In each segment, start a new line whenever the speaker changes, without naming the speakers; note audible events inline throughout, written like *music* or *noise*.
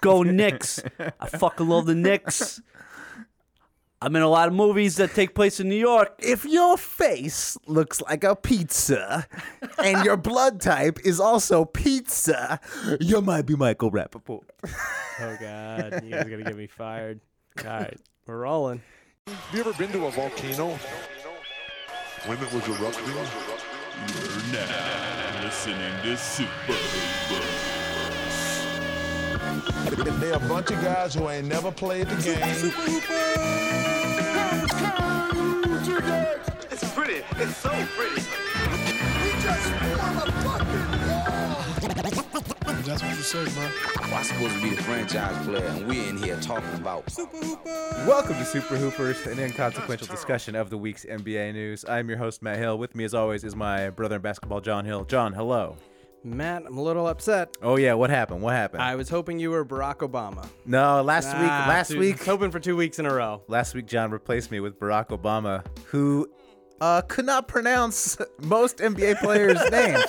go Knicks. I fucking love the Knicks. I'm in a lot of movies that take place in New York.
If your face looks like a pizza and your blood type is also pizza, you might be Michael Rappaport.
Oh God, you guys are gonna get me fired. All right, we're rolling.
Have you ever been to a volcano?
When it was erupting?
You're now listening to Super Hoopers.
They're a bunch of guys who ain't never played the game.
It's pretty. It's so pretty.
I'm supposed to be the franchise player, and we're in here talking about
Welcome to Super Hoopers, an inconsequential discussion of the week's NBA news. I'm your host, Matt Hill. With me, as always, is my brother in basketball, John Hill. John, hello.
Matt, I'm a little upset.
Oh, yeah, what happened? What happened?
I was hoping you were Barack Obama.
no, last week,
Ah,
last
dude,
week,
hoping for two weeks in a row.
last week, John replaced me with Barack Obama, who uh, could not pronounce most NBA
*laughs*
players' names.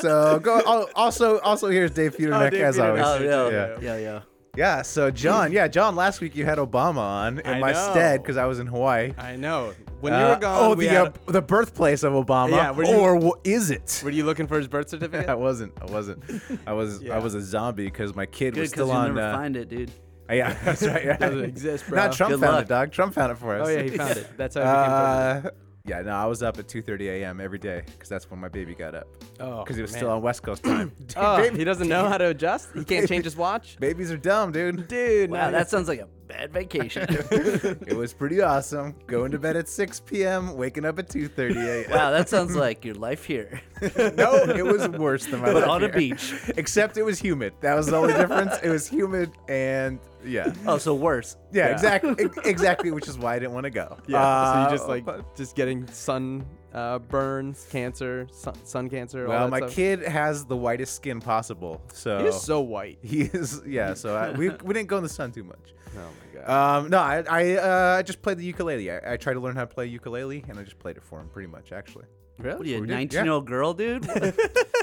So go. al- Also, also here's Dave Peterneck,
Dave
as
Peterneck.
always.
Oh yeah, yeah,
yeah.
yeah.
Yeah, So John, yeah, John. Last week you had Obama on in
I
my
know.
stead because I was in Hawaii.
I know. When you
Uh,
were gone,
oh,
we
the
had-
uh, the birthplace of Obama.
Yeah, were you-
or w- is it?
were you looking for his birth
I
certificate?
wasn't. I wasn't. I was. I was a zombie because my kid
Good
was
because
still
you
on.
never
uh,
find it, dude.
*laughs* Yeah, that's right. Yeah.
Doesn't exist, bro.
Not Trump
Good
found
luck.
it, dog. Trump found it for us.
*laughs* Oh *laughs* yeah, he
*laughs*
found it. That's how he became president.
Uh, yeah, no, I was up at 2:30 a.m. every day because that's when my baby got up.
Oh,
because he was
man.
still on West Coast
*coughs*
time.
Oh, he doesn't know how to adjust. He can't change his watch.
Babies are dumb, dude.
Dude,
Wow,
now
that sounds like a bad
*laughs*
vacation.
It was pretty awesome. Going to bed at 6 p.m., waking up at 2:30 a.m.
wow, that sounds like your life here.
no, it was worse than my.
But
life
on a
here.
beach.
except it was humid. That was the only difference. It was humid, and yeah,
Oh, so worse.
yeah,
*laughs*
exactly, ex- exactly, which is why I didn't want to go.
*laughs* Yeah. so you just
Uh,
like
but-
just getting sun uh, burns, cancer, sun, sun cancer. all
Well,
that
my
stuff. Oh.
kid has the whitest skin possible, so
He is so white.
*laughs* he is- yeah. So I, we we didn't go in the sun too much.
*laughs* Oh my god.
Um, no, I I uh, just played the ukulele. I, I tried to learn how to play ukulele, and I just played it for him pretty much, actually.
really?
What are you, a
did, yeah.
19 year old girl, dude?
*laughs*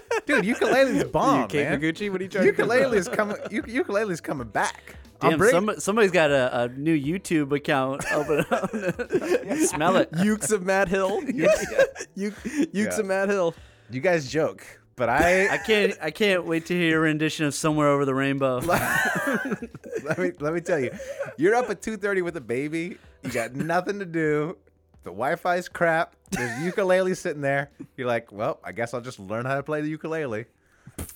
*laughs*
Dude, ukulele's bomb,
Kate
man.
Noguchi? What are you trying
Ukulele is coming. uk- Ukulele's coming back. I'm
Damn,
bringing-
some, somebody's got a, a new YouTube account *laughs* open up. Smell it.
to do? Ukes of Matt Hill. *laughs* Uke- Ukes
Yeah.
of Matt Hill.
you guys joke, but I *laughs*
I can't. I can't wait to hear your rendition of "Somewhere Over the
*laughs*
Rainbow."
let me let me tell you, you're up at two thirty with a baby. You got nothing to do. The Wi-Fi's crap. There's a ukulele sitting there. You're like, well, I guess I'll just learn how to play the ukulele.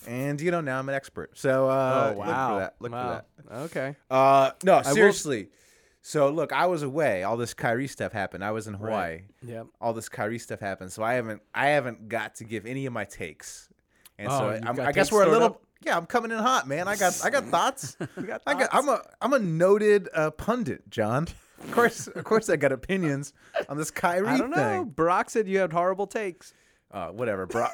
And you know, now I'm an expert. So
Oh,
uh, look for that. Look for that.
Okay.
Uh, no, seriously. So look, I was away. All this Kyrie stuff happened. I was in Hawaii.
Yep.
All this Kyrie stuff happened. So I haven't I haven't got to give any of my takes. And
Oh,
so
you've
I'm,
got
I guess
takes
we're a
stored
little.
up?
Yeah, I'm coming in hot, man. I got
*laughs*
I got thoughts. I got I'm a I'm a noted uh, pundit, John. Of course, of course, I got opinions on this Kyrie
I don't know.
thing.
Barack said you had horrible takes.
Uh, whatever, bro.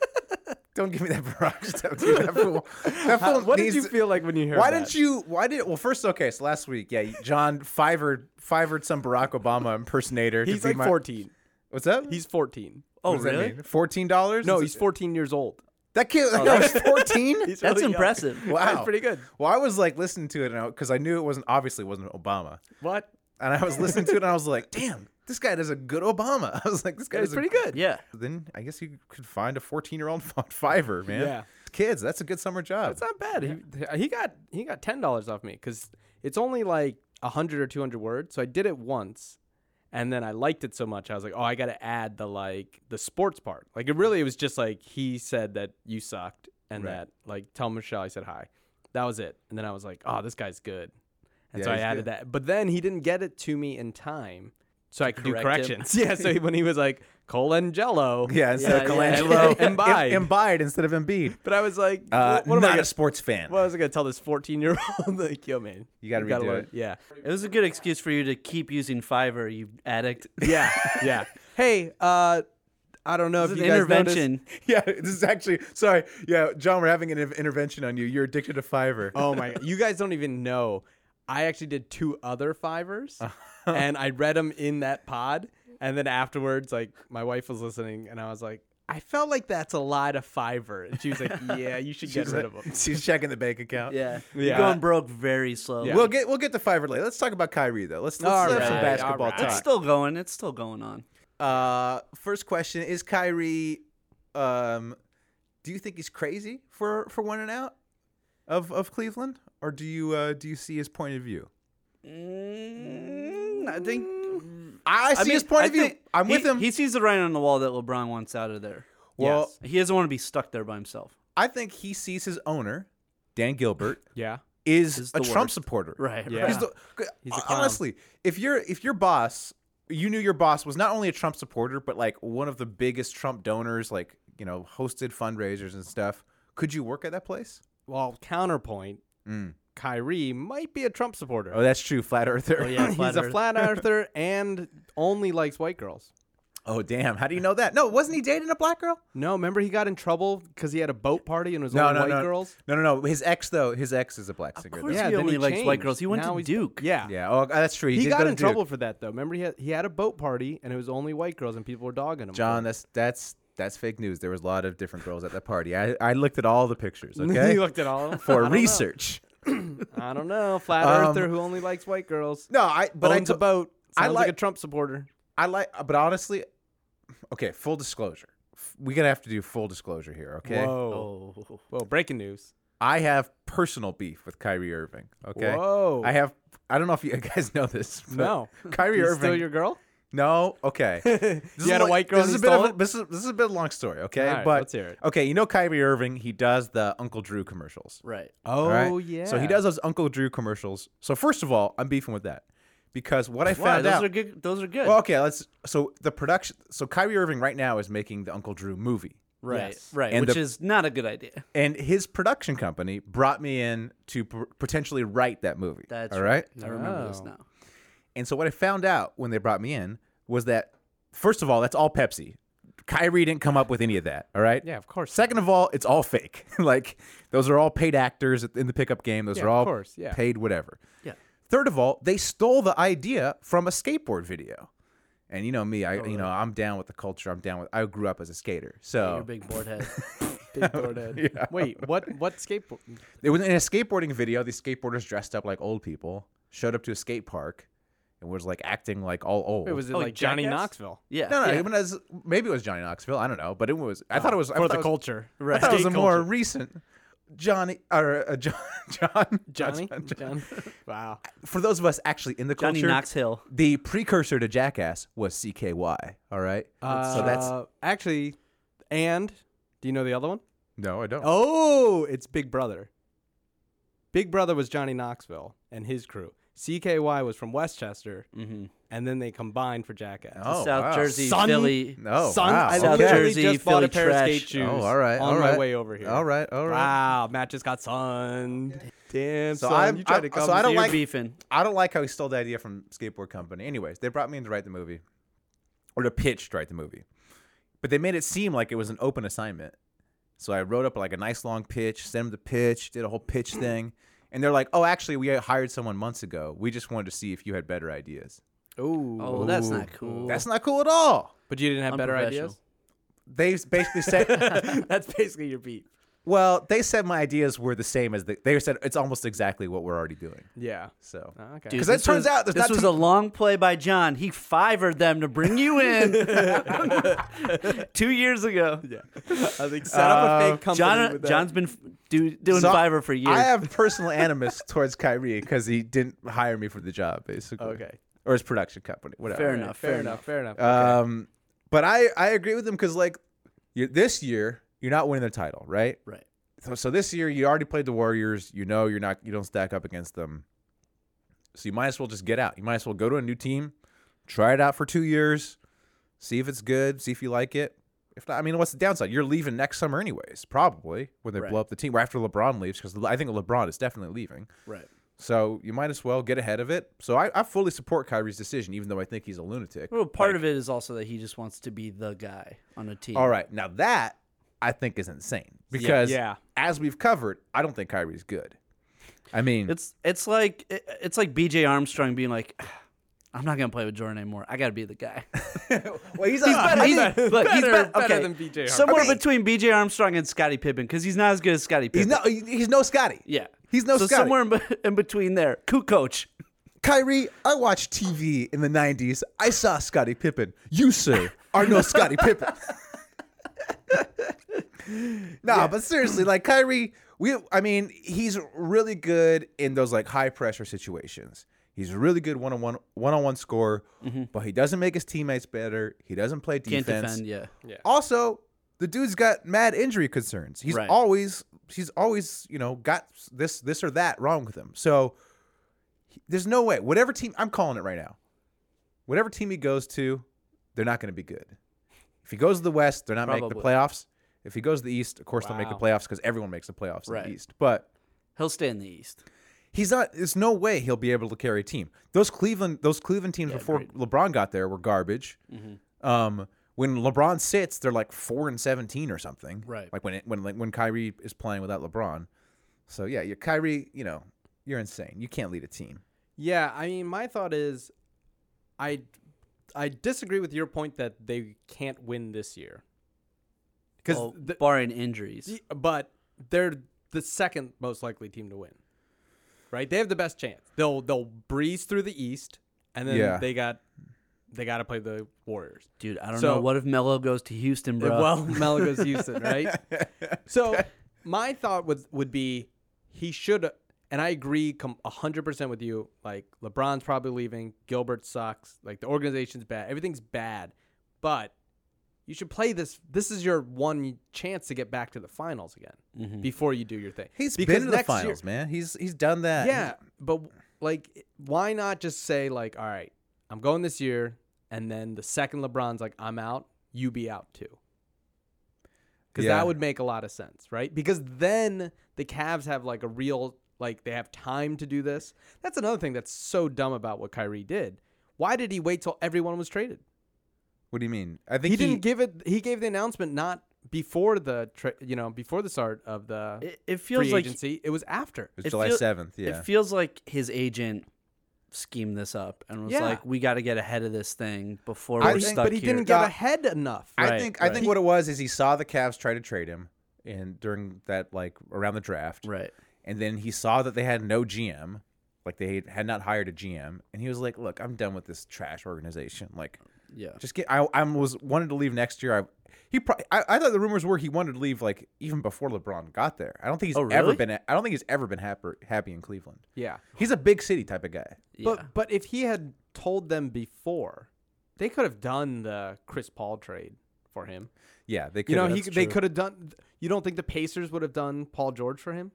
*laughs*
don't give me that Barack stuff. dude. That fool. That fool
What did
needs
you
to-
feel like when you heard
why
that?
didn't you? Why did? Well, first, okay. So last week, yeah, John Fiverr Fiverred some Barack Obama impersonator.
He's
to be
like
my-
14.
What's up?
He's 14.
oh,
What does that *laughs*
really?
mean? Fourteen dollars?
No, he's 14 years old.
that kid. *laughs*
Oh,
that was
*laughs*
fourteen.
He's
That's
really young.
impressive.
wow,
That's pretty good.
Well, I was like listening to it because I knew it wasn't obviously wasn't Obama,
What?
and I was listening to it and I was like, *laughs* damn, this guy does a good Obama. *laughs* I was like, this guy
That's
is
pretty good.
Yeah.
*laughs* Then I guess you could find a fourteen-year-old *laughs* on Fiverr, man.
Yeah.
Kids, that's a good summer job.
It's not bad. He, he got he got ten dollars off me because it's only like hundred or two hundred words. So I did it once, and then I liked it so much I was like, oh, I got to add the like the sports part. Like it really it was just like he said that you sucked and
Right.
that like tell Michelle I said hi. That was it. And then I was like, oh, this guy's good. And
Yeah,
so I
he's
added
good.
that. But then he didn't get it to me in time, so I could do
correct him.
corrections. *laughs* yeah. So when he was like Colangelo.
yeah, instead
Yeah,
of
yeah.
*laughs* Colangelo,
And Bide.
Im- Bide instead of Embiid.
But I was like,
Uh,
what, what am I
not
gonna
a sports fan.
What was I gonna tell this fourteen-year-old? *laughs* like, yo, man,
You gotta redo
learn-
it.
Yeah,
It was a good excuse for you to keep using Fiverr, you
*laughs*
addict.
yeah, yeah. Hey, uh, I don't know
It's
if
an
you guys noticed-
intervention.
*laughs* yeah, this is actually sorry. Yeah, John, we're having an in- intervention on you. You're addicted to Fiverr.
Oh my, you guys don't even know. I actually did two other fivers,
Uh-huh.
and I read them in that pod. And then afterwards, like my wife was listening, and I was like, I felt like that's a lie to Fiverr. And she
*laughs*
was like, yeah, you should get rid of them.
She's checking the bank account.
Yeah.
Yeah.
You're going broke very slowly.
Yeah.
We'll get we'll get to Fiverr later. Let's talk about Kyrie though. Let's let's
All
have some
right,
basketball
all right.
It's
talk.
still going. It's still going on.
Uh, first question is Kyrie. Um, do you think he's crazy for for wanting out of of Cleveland, or do you uh, do you see his point of view?
Mm, I think.
I see his point
I
of view.
think
I'm
he-
with him.
He sees the writing on the wall that LeBron wants out of there.
Well-
he doesn't want to be stuck there by himself.
I think he sees his owner, Dan Gilbert,
Yeah.
is,
Is the
a Trump
worst.
supporter.
Right.
Yeah.
Right.
He's the- uh,
He's a clown.
honestly, if you're if your boss, you knew your boss was not only a Trump supporter, but like one of the biggest Trump donors, like you know, hosted fundraisers and stuff. Could you work at that place?
Well, counterpoint,
Mm.
Kyrie might be a Trump supporter.
Oh, that's true. Flat earther.
Oh, yeah, flat
He's a
earth.
flat earther and only likes white girls.
*laughs* Oh damn! How do you know that? No, wasn't he dating a black girl?
No, remember he got in trouble because he had a boat party and was
No,
only
no, no,
white girls.
no, no, no. His ex though, his ex is a black singer.
course
though.
he
then
only likes white
changed.
girls. He went to
he's-
Duke.
Yeah,
yeah. Oh, that's true. He,
He,
did go
got
to
in
Duke.
trouble for that though. Remember, he had, he had a boat party and it was only white girls and people were dogging him. for
John,
it.
that's that's that's fake news. There was a lot of different girls at that party. I I looked at all the *laughs* pictures. Okay,
*laughs* he looked at all of them.
*laughs*
I
for
don't know.
research.
I don't know, flat
Um,
earther who only likes white girls.
No, I but
owns
I
a boat.
I
Sounds like, a
like-
Trump supporter.
I like, uh, but honestly, okay. Full disclosure, F- we're gonna have to do full disclosure here. Okay,
Whoa,
Oh,
whoa, breaking news.
I have personal beef with Kyrie Irving. Okay,
Whoa.
I have. I don't know if you *laughs* guys know this. but
No,
Kyrie
He's
Irving.
still your girl.
No,
*laughs*
okay. *laughs* This is
had a
like-
white girl
This is a
and
bit
you
of
stole
a, this is this is a bit of a long story. Okay,
All right,
but
let's hear it.
okay, you know Kyrie Irving. He does the Uncle Drew commercials.
Right.
Oh
all right? So he does those Uncle Drew commercials. So first of all, I'm beefing with that because what I
Wow,
found
those
out.
are good. Those are good.
Well, okay, let's. So the production. So Kyrie Irving right now is making the Uncle Drew movie,
right.
yes.
Right.
And
which
the-
is not a good idea.
and his production company brought me in to p- potentially write that movie.
That's
all right.
I remember this
Oh.
now.
And so what I found out when they brought me in was that first of all, that's all Pepsi. Kyrie didn't come up with any of that. All right.
Yeah, of course.
Second of all, it's all fake. *laughs* like those are all paid actors in the pickup game. Those
Yeah,
are
of
all
course, yeah.
paid whatever.
Yeah.
Third of all, they stole the idea from a skateboard video. And you know me, I you know I'm down with the culture. I'm down with. I grew up as a skater,
You're a
so
big board
*laughs*
head.
Big board head. Wait, what? What skateboard?
it was in a skateboarding video. These skateboarders dressed up like old people showed up to a skate park and was like acting like all old.
Wait, was it
Oh,
like Johnny
Jackass?
Knoxville?
Yeah.
no, no.
yeah.
It was, maybe it was Johnny Knoxville. I don't know, but it was. I thought it was I thought
Oh, for the
it was-
culture.
I thought it was a more recent Johnny or uh, John, *laughs* John
Johnny.
John-
John. *laughs* Wow.
for those of us actually in the
Johnny
culture,
Knox Hill.
the precursor to Jackass was CKY. All right, so that's
Uh, actually, and do you know the other one?
no, I don't.
Oh, it's Big Brother. Big Brother was Johnny Knoxville and his crew. CKY was from Westchester, and then they combined for Jackass.
Mm-hmm. Oh,
South
wow.
Jersey,
Son-
Philly.
No,
Son,
wow.
I
South
literally
Jersey,
just bought
Philly
a pair
trash.
of skate shoes
Oh, all right,
on
all
my
right.
way over here.
All right, all right.
Wow, Matt just got sunned. Damn,
So
son,
I'm-
you tried to
I'm-
come.
so I don't
You're
like-
beefing.
I don't like how he stole the idea from skateboard company. Anyways, they brought me in to write the movie, or to pitch to write the movie, but they made it seem like it was an open assignment. So I wrote up like a nice long pitch, sent him the pitch, did a whole pitch thing, and they're like, "Oh, actually, we hired someone months ago. We just wanted to see if you had better ideas."
Ooh,
Oh, that's not cool. *laughs*
That's not cool at all.
but you didn't have better
Unprofessional.
ideas.
They basically
*laughs*
said,
that's basically your
*laughs*
beat.
"Well, they said my ideas were the same as the, they said it's almost exactly what we're already doing."
Yeah.
So,
Okay.
Dude,
'Cause it
this
turns
was-
out there's
this
not
was a
too-
long play by John. He fivered them to bring you
*laughs*
in *laughs* two years ago.
I think set up a
Uh,
fake company.
Uh, John,
with that.
John's been f- do, doing
So I-
Fiverr for years.
I have personal animus towards Kyrie because he didn't hire me for the job, basically.
Okay.
Or his production company, whatever.
fair enough. Fair,
Fair
enough.
enough. Fair enough.
Um, but I I agree with him because like you this year you're not winning the title, right?
Right.
So, so this year you already played the Warriors. You know you're not you don't stack up against them. So you might as well just get out. You might as well go to a new team, try it out for two years, see if it's good, see if you like it. If not, I mean, what's the downside? You're leaving next summer anyways, probably when they
Right.
blow up the team or after LeBron leaves because I think LeBron is definitely leaving.
Right.
So you might as well get ahead of it. So I, I fully support Kyrie's decision, even though I think he's a lunatic.
Well, part of it is also that he just wants to be the guy on a team.
All right. Now that I think is insane because
yeah.
as we've covered, I don't think Kyrie's good. I mean,
It's it's like *sighs* it- it's like B.J. Armstrong being like, I'm not gonna play with Jordan anymore. I gotta be the
*laughs*
guy.
Well, he's, he's
better, he's,
better-
look, he's
better-
better,
better
okay,
than BJ
Somewhere
Armstrong.
between BJ Armstrong and Scottie Pippen, because he's not as good as Scottie
He's
Pippen.
no, he- he's no Scotty.
yeah,
he's no
So
Scotty.
somewhere in, be- in between there, Ku coach.
Kyrie, I watched TV in the '90s. I saw Scotty Pippen. You, sir, are no Scotty Pippen. *laughs* nah, but seriously, like Kyrie, we, I mean, he's really good in those like high pressure situations. He's a really good one on one one on one scorer, but he doesn't make his teammates better. He doesn't play
Mm-hmm. Can't
defense.
defend. Yeah,
Also, the dude's got mad injury concerns. He's
Right.
always he's always, you know, got this this or that wrong with him. So he- there's no way. Whatever team I'm calling it right now. Whatever team he goes to, they're not going to be good. If he goes to the West, they're not making the
Probably.
playoffs. If he goes to the East, of course they'll make the
Wow.
playoffs because everyone makes the playoffs in
Right.
the East. But
he'll stay in the East.
he's not. There's no way he'll be able to carry a team. Those Cleveland, those Cleveland teams before LeBron got there were garbage. Um, when LeBron sits, they're like four and seventeen or something.
Right.
Like when it, when like when Kyrie is playing without LeBron. So yeah, your Kyrie, you know, you're insane. You can't lead a team.
Yeah, I mean, my thought is, I, I disagree with your point that they can't win this year. Because,
Well, Oh, barring injuries,
but they're the second most likely team to win. Right? They have the best chance. They'll they'll breeze through the East, and then
Yeah.
they got, they got to play the Warriors.
dude. I don't
So-
know. What if Melo goes to Houston, bro? *laughs*
Well, Melo *laughs* goes Houston, right? *laughs* So my thought would would be he should, and I agree com- hundred percent with you. Like LeBron's probably leaving. Gilbert sucks. Like the organization's bad. Everything's bad. But you should play this. This is your one chance to get back to the finals again before you do your thing.
*laughs* Mm-hmm. He's
Because
been to the
next year-
finals, man. He's he's done that.
yeah, but like, why not just say like, all right, I'm going this year, and then the second LeBron's like, I'm out, you be out too. Because
Yeah.
that would make a lot of sense, right? Because then the Cavs have like a real like they have time to do this. That's another thing that's so dumb about what Kyrie did. Why did he wait till everyone was traded?
What do you mean? I think
He didn't give it. He gave the announcement not before the tra- you know before the start of the
it, it feels
free
like
agency. It was after.
It was
it
July
feel-
seventh. Yeah.
It feels like his agent schemed this up and was
Yeah.
like, "We got to get ahead of this thing before we're
I think-
stuck
but he
here."
didn't get
Uh,
ahead enough.
I
Right,
think I
right.
think what it was is he saw the Cavs try to trade him, and during that like around the draft,
right.
and then he saw that they had no GM, like they had not hired a GM, and he was like, "Look, I'm done with this trash organization. Like,
Yeah.
just get." I I was wanted to leave next year. I he pro- I, I thought the rumors were he wanted to leave like even before LeBron got there. I don't think he's
Oh,
ever
really?
been. I don't think he's ever been happy happy in Cleveland.
Yeah.
He's a big city type of guy.
yeah.
But but if he had told them before, they could have done the Chris Paul trade for him.
Yeah, they could.
You know, he
that's
they
true.
could have done. You don't think the Pacers would have done Paul George for him?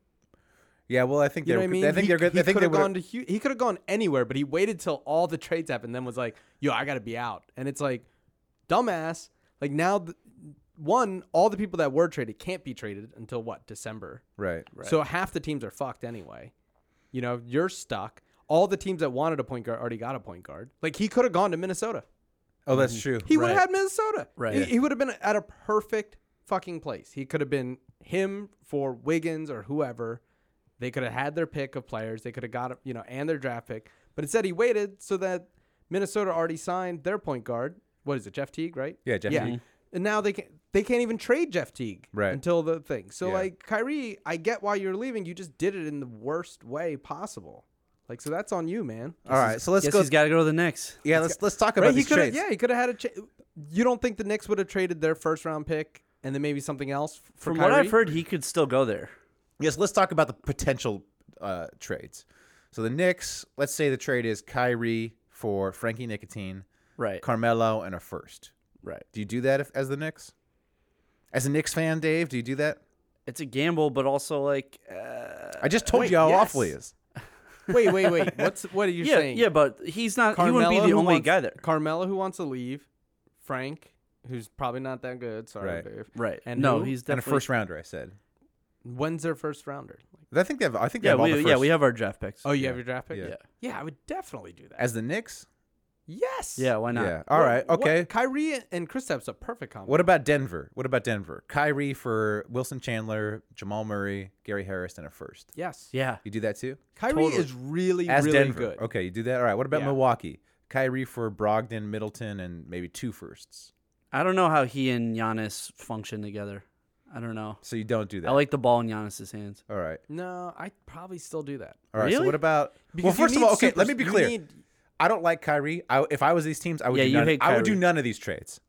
Yeah, well, I think
You
they.
know what I mean?
I think
he,
they're good.
He
I think
could
they
have
would.
gone to Hu- he could have gone anywhere, but he waited till all the trades happened, then was like, "Yo, I got to be out." And it's like, dumbass. Like now, th- one all the people that were traded can't be traded until what December.
right.
So half the teams are fucked anyway. You know, you're stuck. All the teams that wanted a point guard already got a point guard. Like he could have gone to Minnesota.
Oh, that's true.
Mm-hmm. He would have had Minnesota.
Right.
He, he would have been at a perfect fucking place. He could have been him for Wiggins or whoever. They could have had their pick of players. They could have got you know and their draft pick. But instead, he waited so that Minnesota already signed their point guard. What is it, Jeff Teague? Right.
Yeah, Jeff Teague.
And now they can they can't even trade Jeff Teague
Right.
until the thing. So
Yeah.
like Kyrie, I get why you're leaving. You just did it in the worst way possible. Like so that's on you, man.
All right, so let's
Guess
go.
he's got to go to the Knicks.
Yeah, let's let's talk about
Right, he
these
could have.
trades.
Yeah, he could have had a. Cha- you don't think the Knicks would have traded their first round pick and then maybe something else f- for
From
Kyrie?
what I've heard, he could still go there.
Yes, let's talk about the potential uh, trades. So the Knicks, let's say the trade is Kyrie for Frankie Nicotine,
Right.
Carmelo, and a first.
right.
Do you do that if, as the Knicks? As a Knicks fan, Dave, do you do that?
It's a gamble, but also like, uh,
I just told
wait,
you how
yes.
awful he is.
Wait, wait, wait. What's what are
*laughs*
you
yeah,
saying?
yeah. But he's not. he wouldn't be
who
the only
wants-
guy there.
Carmelo who wants to leave, Frank who's probably not that good. Sorry,
Right.
Dave.
Right.
And
no,
who?
he's
And a
definitely.
first rounder, I said.
When's their first rounder? Like,
I think they have. I think they
yeah,
have all
we
the first.
yeah we have our draft picks.
oh, you have your draft pick.
yeah.
Yeah.
Yeah, I would definitely do that.
As the Knicks,
yes.
Yeah. Why not?
yeah. All right,
What-
okay.
Kyrie and Kristaps a perfect combo.
What about Denver? What about Denver? Kyrie for Wilson Chandler, Jamal Murray, Gary Harris, and a first.
yes.
Yeah.
You do that too?
Kyrie
Totally.
is really
As
really
Denver.
good.
Okay, you do that. All right. What about
Yeah.
Milwaukee? Kyrie for Brogdon, Middleton, and maybe two firsts.
I don't know how he and Giannis function together. I don't know.
So you don't do that.
I like the ball in Giannis's hands.
All right.
No, I probably still do that.
All right. So
Really?
what about? well,
Because you
first of
need
all, okay.
supers-
let me be
you
clear.
need-
I don't like Kyrie. I, if I was these teams, I would.
Yeah,
do
you
none,
hate
I would do
Kyrie.
none of these trades.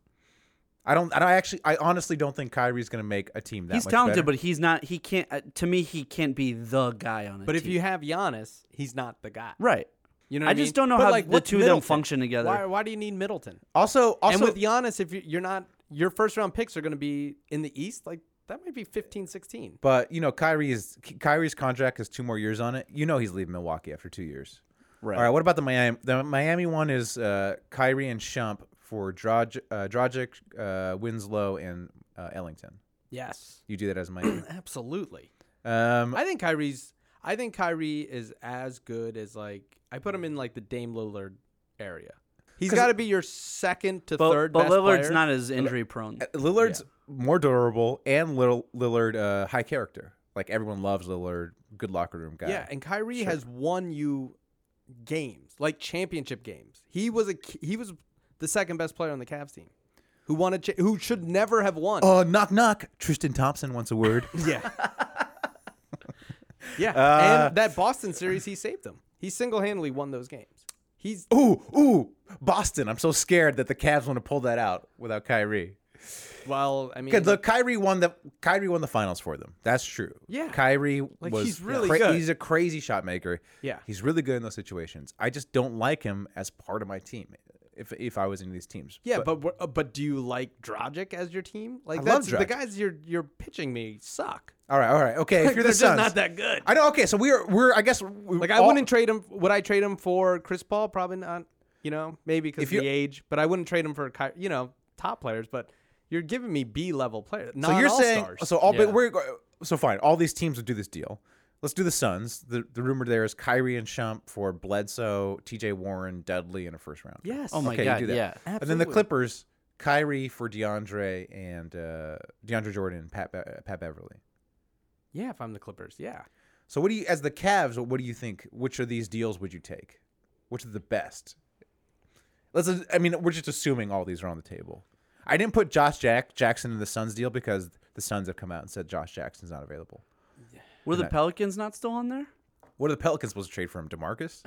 I don't. I don't actually. I honestly don't think Kyrie's going to make a team that.
He's
much
talented,
better.
but he's not. He can't. Uh, to me, he can't be the guy on it.
but if you have Giannis, he's not the guy.
right,
You know
I
what I, mean?
just don't know
But,
how
like,
the
what's
two of them
Middleton?
function together.
Why, why do you need Middleton?
also, also,
and with Giannis, if you- you're not, your first round picks are going to be in the East, like that might be 15, 16.
but you know, Kyrie is Kyrie's contract has two more years on it. You know, he's leaving Milwaukee after two years.
Right.
All right. What about the Miami? The Miami one is uh, Kyrie and Shump for Drog, uh, Drogic, uh, Winslow, and uh, Ellington.
Yes,
You do that as
*clears throat*
Miami.
absolutely.
um,
I think Kyrie's. I think Kyrie is as good as like I put him in like the Dame Lillard area. He's got to be your second to
but,
third.
but
best
Lillard's
player. Uh,
not as injury prone.
Lillard's more durable and Lil- Lillard uh, high character. Like everyone loves Lillard, good locker room guy.
Yeah, and Kyrie has won you games, like championship games. He was a ki- he was the second best player on the Cavs team, who won a cha- who should never have won.
uh, knock knock. Tristan Thompson wants a word.
Yeah. *laughs* yeah.
Uh,
and that Boston series, he saved them. He single handedly won those games. He's
ooh, ooh, Boston. I'm so scared that the Cavs want to pull that out without Kyrie.
well, I mean,
Because look, Kyrie won the Kyrie won the finals for them. That's true.
Yeah.
Kyrie was
he's really
cra-
good.
He's a crazy shot maker.
Yeah.
he's really good in those situations. I just don't like him as part of my team. If if I was in these teams,
yeah, but but, uh, but do you like Dragic as your team?
I
Like
love
that's the
Dragic.
guys you're you're pitching me suck.
all right, all right, okay.
*laughs*
If you're the
They're just
Suns,
not that good.
I know. Okay, so we're we're I guess we-
Like I
all-
wouldn't trade him. Would I trade him for Chris Paul? Probably not. You know, maybe because
If
of
you-
the age. But I wouldn't trade him for Ky- you know top players. But you're giving me B level players.
So you're saying so all
Yeah.
but we're go- so fine. All these teams would do this deal. Let's do the Suns. The the rumor there is Kyrie and Shump for Bledsoe, T.J. Warren, Dudley, and a first round. pick.
yes.
Oh my
okay,
god,
you do that.
yeah.
And then the
Absolutely.
Clippers, Kyrie for DeAndre and uh, DeAndre Jordan, and Pat Be- uh, Pat Beverly.
Yeah, if I'm the Clippers, yeah.
So what do you as the Cavs? What do you think? Which of these deals would you take? Which is the best? Let's. I mean, we're just assuming all these are on the table. I didn't put Josh Jack Jackson in the Suns deal because the Suns have come out and said Josh Jackson's not available.
Were the Pelicans not still on there?
What are the Pelicans supposed to trade for him?
*laughs*
Demarcus?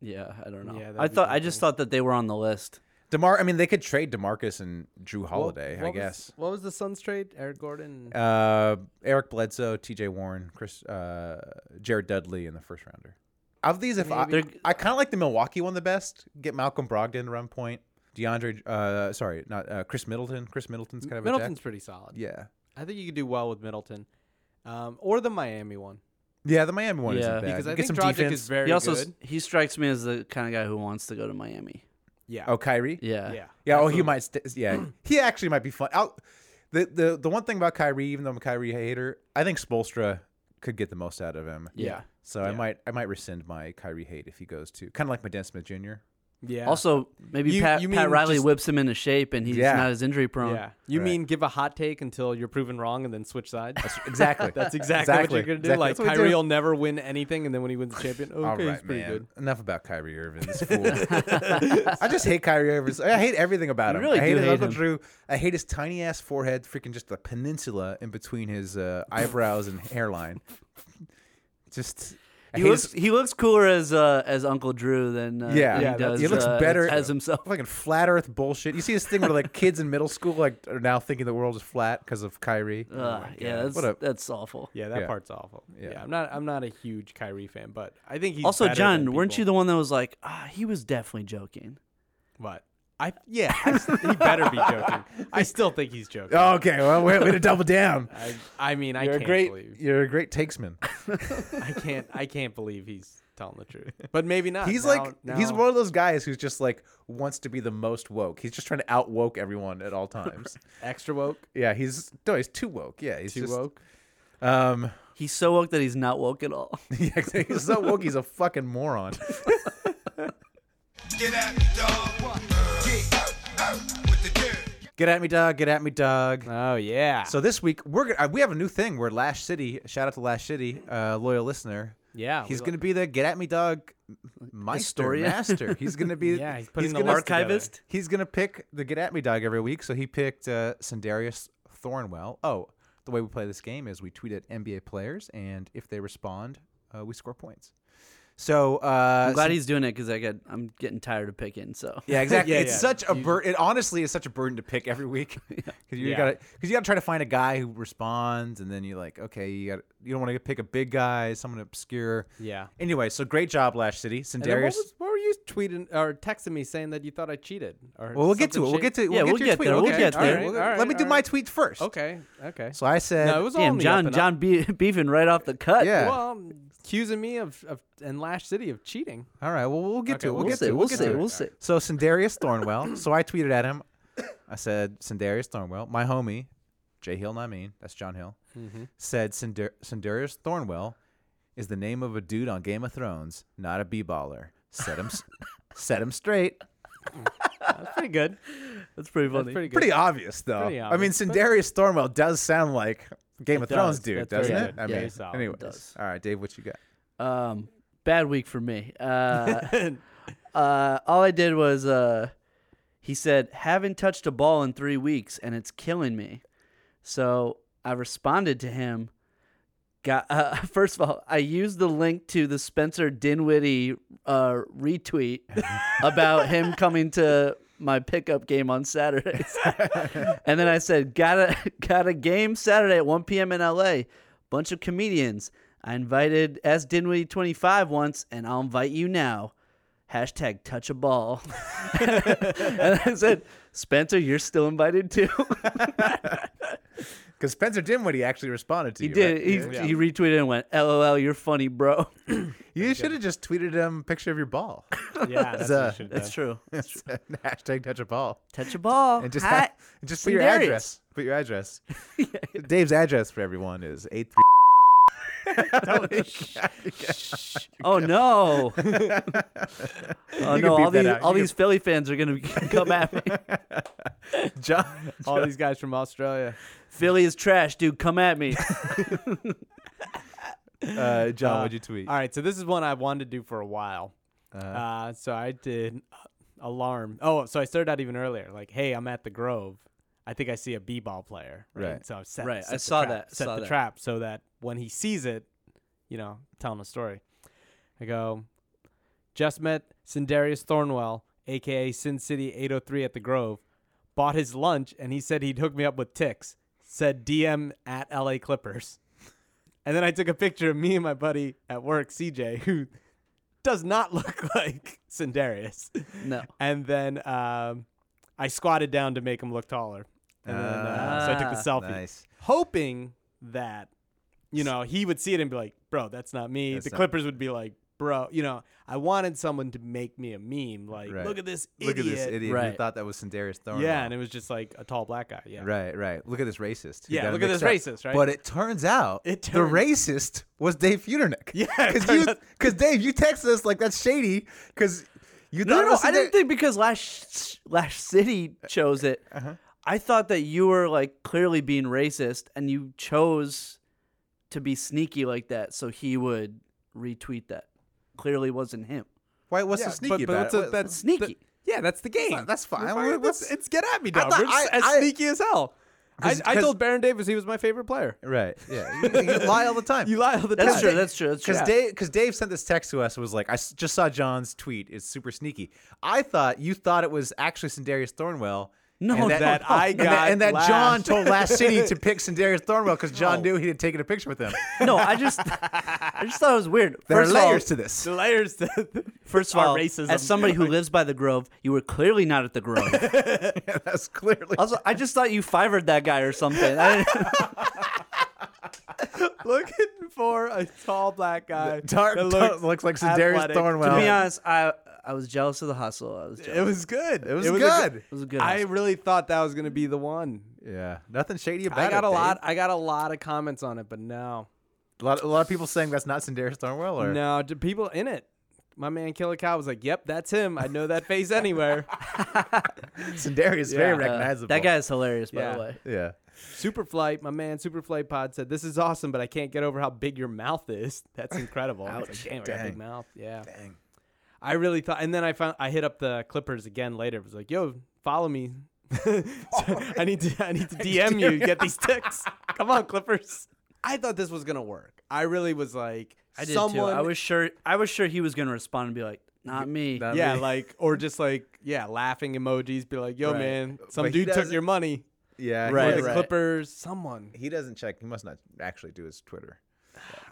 Yeah, I don't know.
Yeah, that'd
I
be
thought I just thought that they were on the list.
Demar. I mean, they could trade Demarcus and Drew Holiday.
What
I
was-
guess.
What was the Suns trade? Eric Gordon.
uh, Eric Bledsoe, T.J. Warren, Chris, uh, Jared Dudley in the first rounder. Of these, if I,
Maybe.
I kind of like the Milwaukee one the best. Get Malcolm Brogdon run point. DeAndre, uh, sorry, not uh, Chris Middleton. Chris Middleton's kind of
Middleton's
a jack.
pretty solid.
yeah,
I think you could do well with Middleton, um, or the Miami one
yeah. The Miami one
Yeah.
isn't bad.
because I
Get
think
some
Dragic
defense.
is very
he also s-
good.
he strikes me as the kind of guy who wants to go to Miami.
Yeah.
oh, Kyrie.
Yeah.
Yeah.
Yeah, oh, he might. St- yeah, he actually might be fun. I'll, the the the one thing about Kyrie, even though I'm a Kyrie hater, I think Spolstra could get the most out of him.
Yeah.
So I might I might rescind my Kyrie hate if he goes to kind of like my Dan Smith Jr.
Yeah.
Also, maybe
You-
Pat,
you
Pat
mean
Riley
just-
whips him into shape, and he's
Yeah.
not as injury prone.
Yeah. You
Right.
mean give a hot take until you're proven wrong and then switch sides?
*laughs* Exactly.
That's exactly, what you're gonna do.
Exactly.
Like
That's what we
Kyrie
do.
will never win anything, and then when he wins the champion, okay,
All right,
he's pretty
man.
good.
Enough about Kyrie
*laughs*
Irving. This fool. I just hate Kyrie Irving. I hate everything about
You
him.
really
I hate
do
his
hate
Uncle
him.
Drew. I hate his tiny ass forehead, freaking just the peninsula in between his uh, eyebrows and hairline. Just. I
He
hate
looks
his-
he looks cooler as uh, as Uncle Drew than uh,
Yeah,
he
yeah,
does.
he looks
uh,
better
as himself.
Fucking flat Earth bullshit. You see this thing where like kids in middle school like are now thinking the world is flat because of Kyrie.
Oh
Oh
Uh, yeah, that's
What a-
that's awful.
Yeah, that
Yeah.
part's awful.
Yeah.
Yeah. I'm not. I'm not a huge Kyrie fan, but I think he's
also,
better
John,
than
weren't
people.
you the one that was like, ah, he was definitely joking?
What? I yeah. I s- he better be joking. I still think he's
*laughs*
joking.
Oh, okay, well, way, way to double down.
I, I mean, *laughs* I
You're a
can't
great,
believe
you're a great takesman.
I can't. I can't believe he's telling the truth. But maybe not.
He's
Now-
like, he's
now-
one of those guys who's just like wants to be the most woke. He's just trying to out woke everyone at all times.
extra woke,
yeah, he's no, he's too woke. Yeah, he's
too
just,
woke.
Um, *laughs*
He's so woke that he's not woke at all.
yeah, he's so woke. He's a fucking moron.
Get at me, dog. Get out, out with the dirt.
Get at me, dog. Get at me, dog.
Oh yeah.
So this week we're gonna, uh, we have a new thing where Lash City, shout out to Lash City, uh, loyal listener.
Yeah,
he's
we-
gonna be the get at me dog Meister,
Historian?
master. He's gonna be.
*laughs* Yeah, he's putting the
gonna,
list together.
Archivist?
He's gonna pick the get at me dog every week. So he picked uh, Sundarius Thornwell. Oh, the way we play this game is we tweet at NBA players, and if they respond, uh, we score points. So uh,
I'm
Sund-
glad he's doing it because I get I'm getting tired of picking. So
Yeah,
*laughs*
exactly.
Yeah,
it's
yeah.
such a bur- it honestly is such a burden to pick every week *laughs* because you
Yeah.
got because you got to try to find a guy who responds, and then you like okay, you got you don't want to pick a big guy, someone obscure.
Yeah.
Anyway, so great job, Lash City,
And then what,
Sundarius.
was, what were you tweeting or texting me saying that you thought I cheated? Or
Well, we'll get to it.
something
We'll get to
shady?
we'll
Yeah,
get
we'll
to your
get
tweet.
there,
We'll
we'll
get
get there.
We'll-
Alright,
Let me do
alright.
my tweet first.
Okay. Okay.
So I said,
no, it was all
damn,
on the up
John
and up.
John be- *laughs* beefing right off the cut.
Yeah.
Well, um, accusing me of, of and Lash City of cheating.
all right. Well, we'll get
Okay,
to it. We'll,
we'll
get
see,
to it.
we'll
get
see,
to it.
we'll see. *laughs*
So Sundarius Thornwell. so I tweeted at him. I said, Sundarius Thornwell, my homie, Jay Hill, not mean. That's John Hill. Said Sundar- Sundarius Thornwell is the name of a dude on Game of Thrones, not a b-baller. Set him, s- set him straight.
That's pretty good.
that's pretty funny.
That's pretty good.
Pretty obvious, though.
Pretty
I mean,
obvious, but-
Sundarius Thornwell does sound like Game of
does.
Thrones dude,
That's
doesn't
very
it?
good.
I
Yeah,
mean,
it's
solid. It
anyways.
does.
All right, Dave, what you got?
um, bad week for me. Uh, uh, all I did was uh, he said, "Haven't touched a ball in three weeks, and it's killing me." So I responded to him. Got *laughs* uh, first of all, I used the link to the Spencer Dinwiddie uh, retweet about him coming to my pickup game on Saturdays, and then I said, "Got a *laughs* got a game Saturday at 1 p.m. in L.A. Bunch of comedians. I invited S Dinwiddie 25 once, and I'll invite you now." Hashtag touch a ball. *laughs* and I said, Spencer, you're still invited too. *laughs*
Because Spencer Dinwiddie actually responded to
he
you.
did.
right?
He, he retweeted and went, LOL, you're funny, bro.
You should have just tweeted him a picture of your *laughs* ball.
yeah, that's
uh,
what you
*laughs* That's true.
Hashtag touch a ball.
Touch a ball.
Oh,
And just,
Hi. *laughs*
and just put your
Sundarius.
address. Put your address.
*laughs*
*laughs* Dave's address for everyone is 8
*laughs*
*laughs*
Oh, no. oh, no. All
beep that
these,
out. You
all
can-
these Philly fans are going to *laughs* come at me.
John.
All these guys from Australia.
Philly is trash, dude. Come at me.
Uh, John, what'd you tweet?
All right, so this is one I wanted to do for a while. Uh, so I did alarm. Oh, so I started out even earlier. Like, hey, I'm at the Grove. I think I see a b-ball player. Right.
Right.
So I set,
Right,
set
I
the
saw
trap-
that,
Set
saw
the
that.
trap so that when he sees it, you know, tell him a story. I go, just met Sindarius Thornwell, aka Sin City 803 at the Grove. Bought his lunch and he said he'd hook me up with ticks. Said DM at LA Clippers. *laughs* And then I took a picture of me and my buddy at work, CJ, who does not *laughs* look like Sindarius.
No.
And then um, I squatted down to make him look taller. And then, uh, so I took the
Ah,
selfie,
Nice.
hoping that you know he would see it and be like, "Bro, that's not me."
That's
the
not-
Clippers would be like, "Bro, you know, I wanted someone to make me a meme. Like,
Right.
look at this
Look at
idiot."
this idiot who
Right.
thought that was Sundarius Thornwell.
Yeah, and it was just like a tall black guy. Yeah,
Right, right. Look at this racist. who
Yeah,
got it
look at
mixed
this racist, right?
But it turns out
It
the
turns-
racist was Dave Futernick.
Yeah,
*laughs*
it
because
turned
you,
out-
because Dave, you texted us like that's shady because you
No,
thought
no,
it
no.
was
I
Sundar-
didn't think because Lash Lash City chose it.
Uh-huh.
I thought that you were like clearly being racist, and you chose to be sneaky like that, so he would retweet that. Clearly, wasn't him.
Why? What's
Yeah,
so sneaky
but, but
about
what's
it?
a-
What-
that's
Sneaky.
the- yeah, that's the game.
that's fine.
We're
Well,
that's-
what's-
it's get at me,
I
dog.
thought-
We're s-
I-
as
I-
sneaky as hell. I,
'Cause-
I
'cause-
told Baron Davis he was my favorite player.
Right. Yeah. You,
*laughs*
you lie all the time.
You lie all the
That's
time.
true. That's true. That's true.
Because Dave, because Dave sent this text to us, was like, I s- just saw John's tweet. It's super sneaky. I thought you thought it was actually Sundarius Thornwell.
No,
and that,
that
I
and that-
got
and that, John
last.
told Last City *laughs* to pick Sundarius Thornwell because John knew he had taken a picture with *laughs* him.
no, I just, I just thought it was weird.
There
First
are
of all,
layers to this. Oh,
The layers. To
First of
our
all,
racism.
as somebody who lives by the Grove, you were clearly not at the
*laughs*
Grove.
That's clearly
also, I just thought you fivered that guy or something. I didn't-
*laughs* looking for a tall black guy,
dark.
that
dark- looks like Sundarius
athletic.
Thornwell.
to be honest, I I was jealous of the hustle. I was jealous.
It was good. It
was
a
good.
It was a good
I
hustle.
really thought that was gonna be the one.
yeah, nothing shady about it.
I got a
Dave.
lot. I got a lot of comments on it, but no,
A lot, a lot of people saying that's not Sundarius Thornwell. Or
no, d- people in it. My man Killer Cow was like, "Yep, that's him. I know that face *laughs* anywhere."
Sundarius
Yeah.
very
Uh,
recognizable.
that guy is hilarious, by
Yeah.
the way.
Yeah.
Superflight, my man Superflight Pod said, "This is awesome, but I *laughs* can't get over how big your mouth is. That's incredible." I was like, Damn, I got a big
Dang.
mouth. Yeah. Dang. I really thought, and then I found I hit up the Clippers again later. It was like, yo, follow me. *laughs* So, I need to *laughs* I need to DM you. Get these ticks. Come on, Clippers. I thought this was gonna work. I really was like,
I did too.
someone,
I was sure. I was sure he was gonna respond and be like, "Not me."
Not
yeah,
me.
like or just like yeah, laughing emojis. Be like, yo,
Right.
man, some
But he
dude took
doesn't-
your money.
Yeah, he
Right,
Right, the
doesn't-
right.
Clippers, someone.
He doesn't check. He must not actually do his Twitter.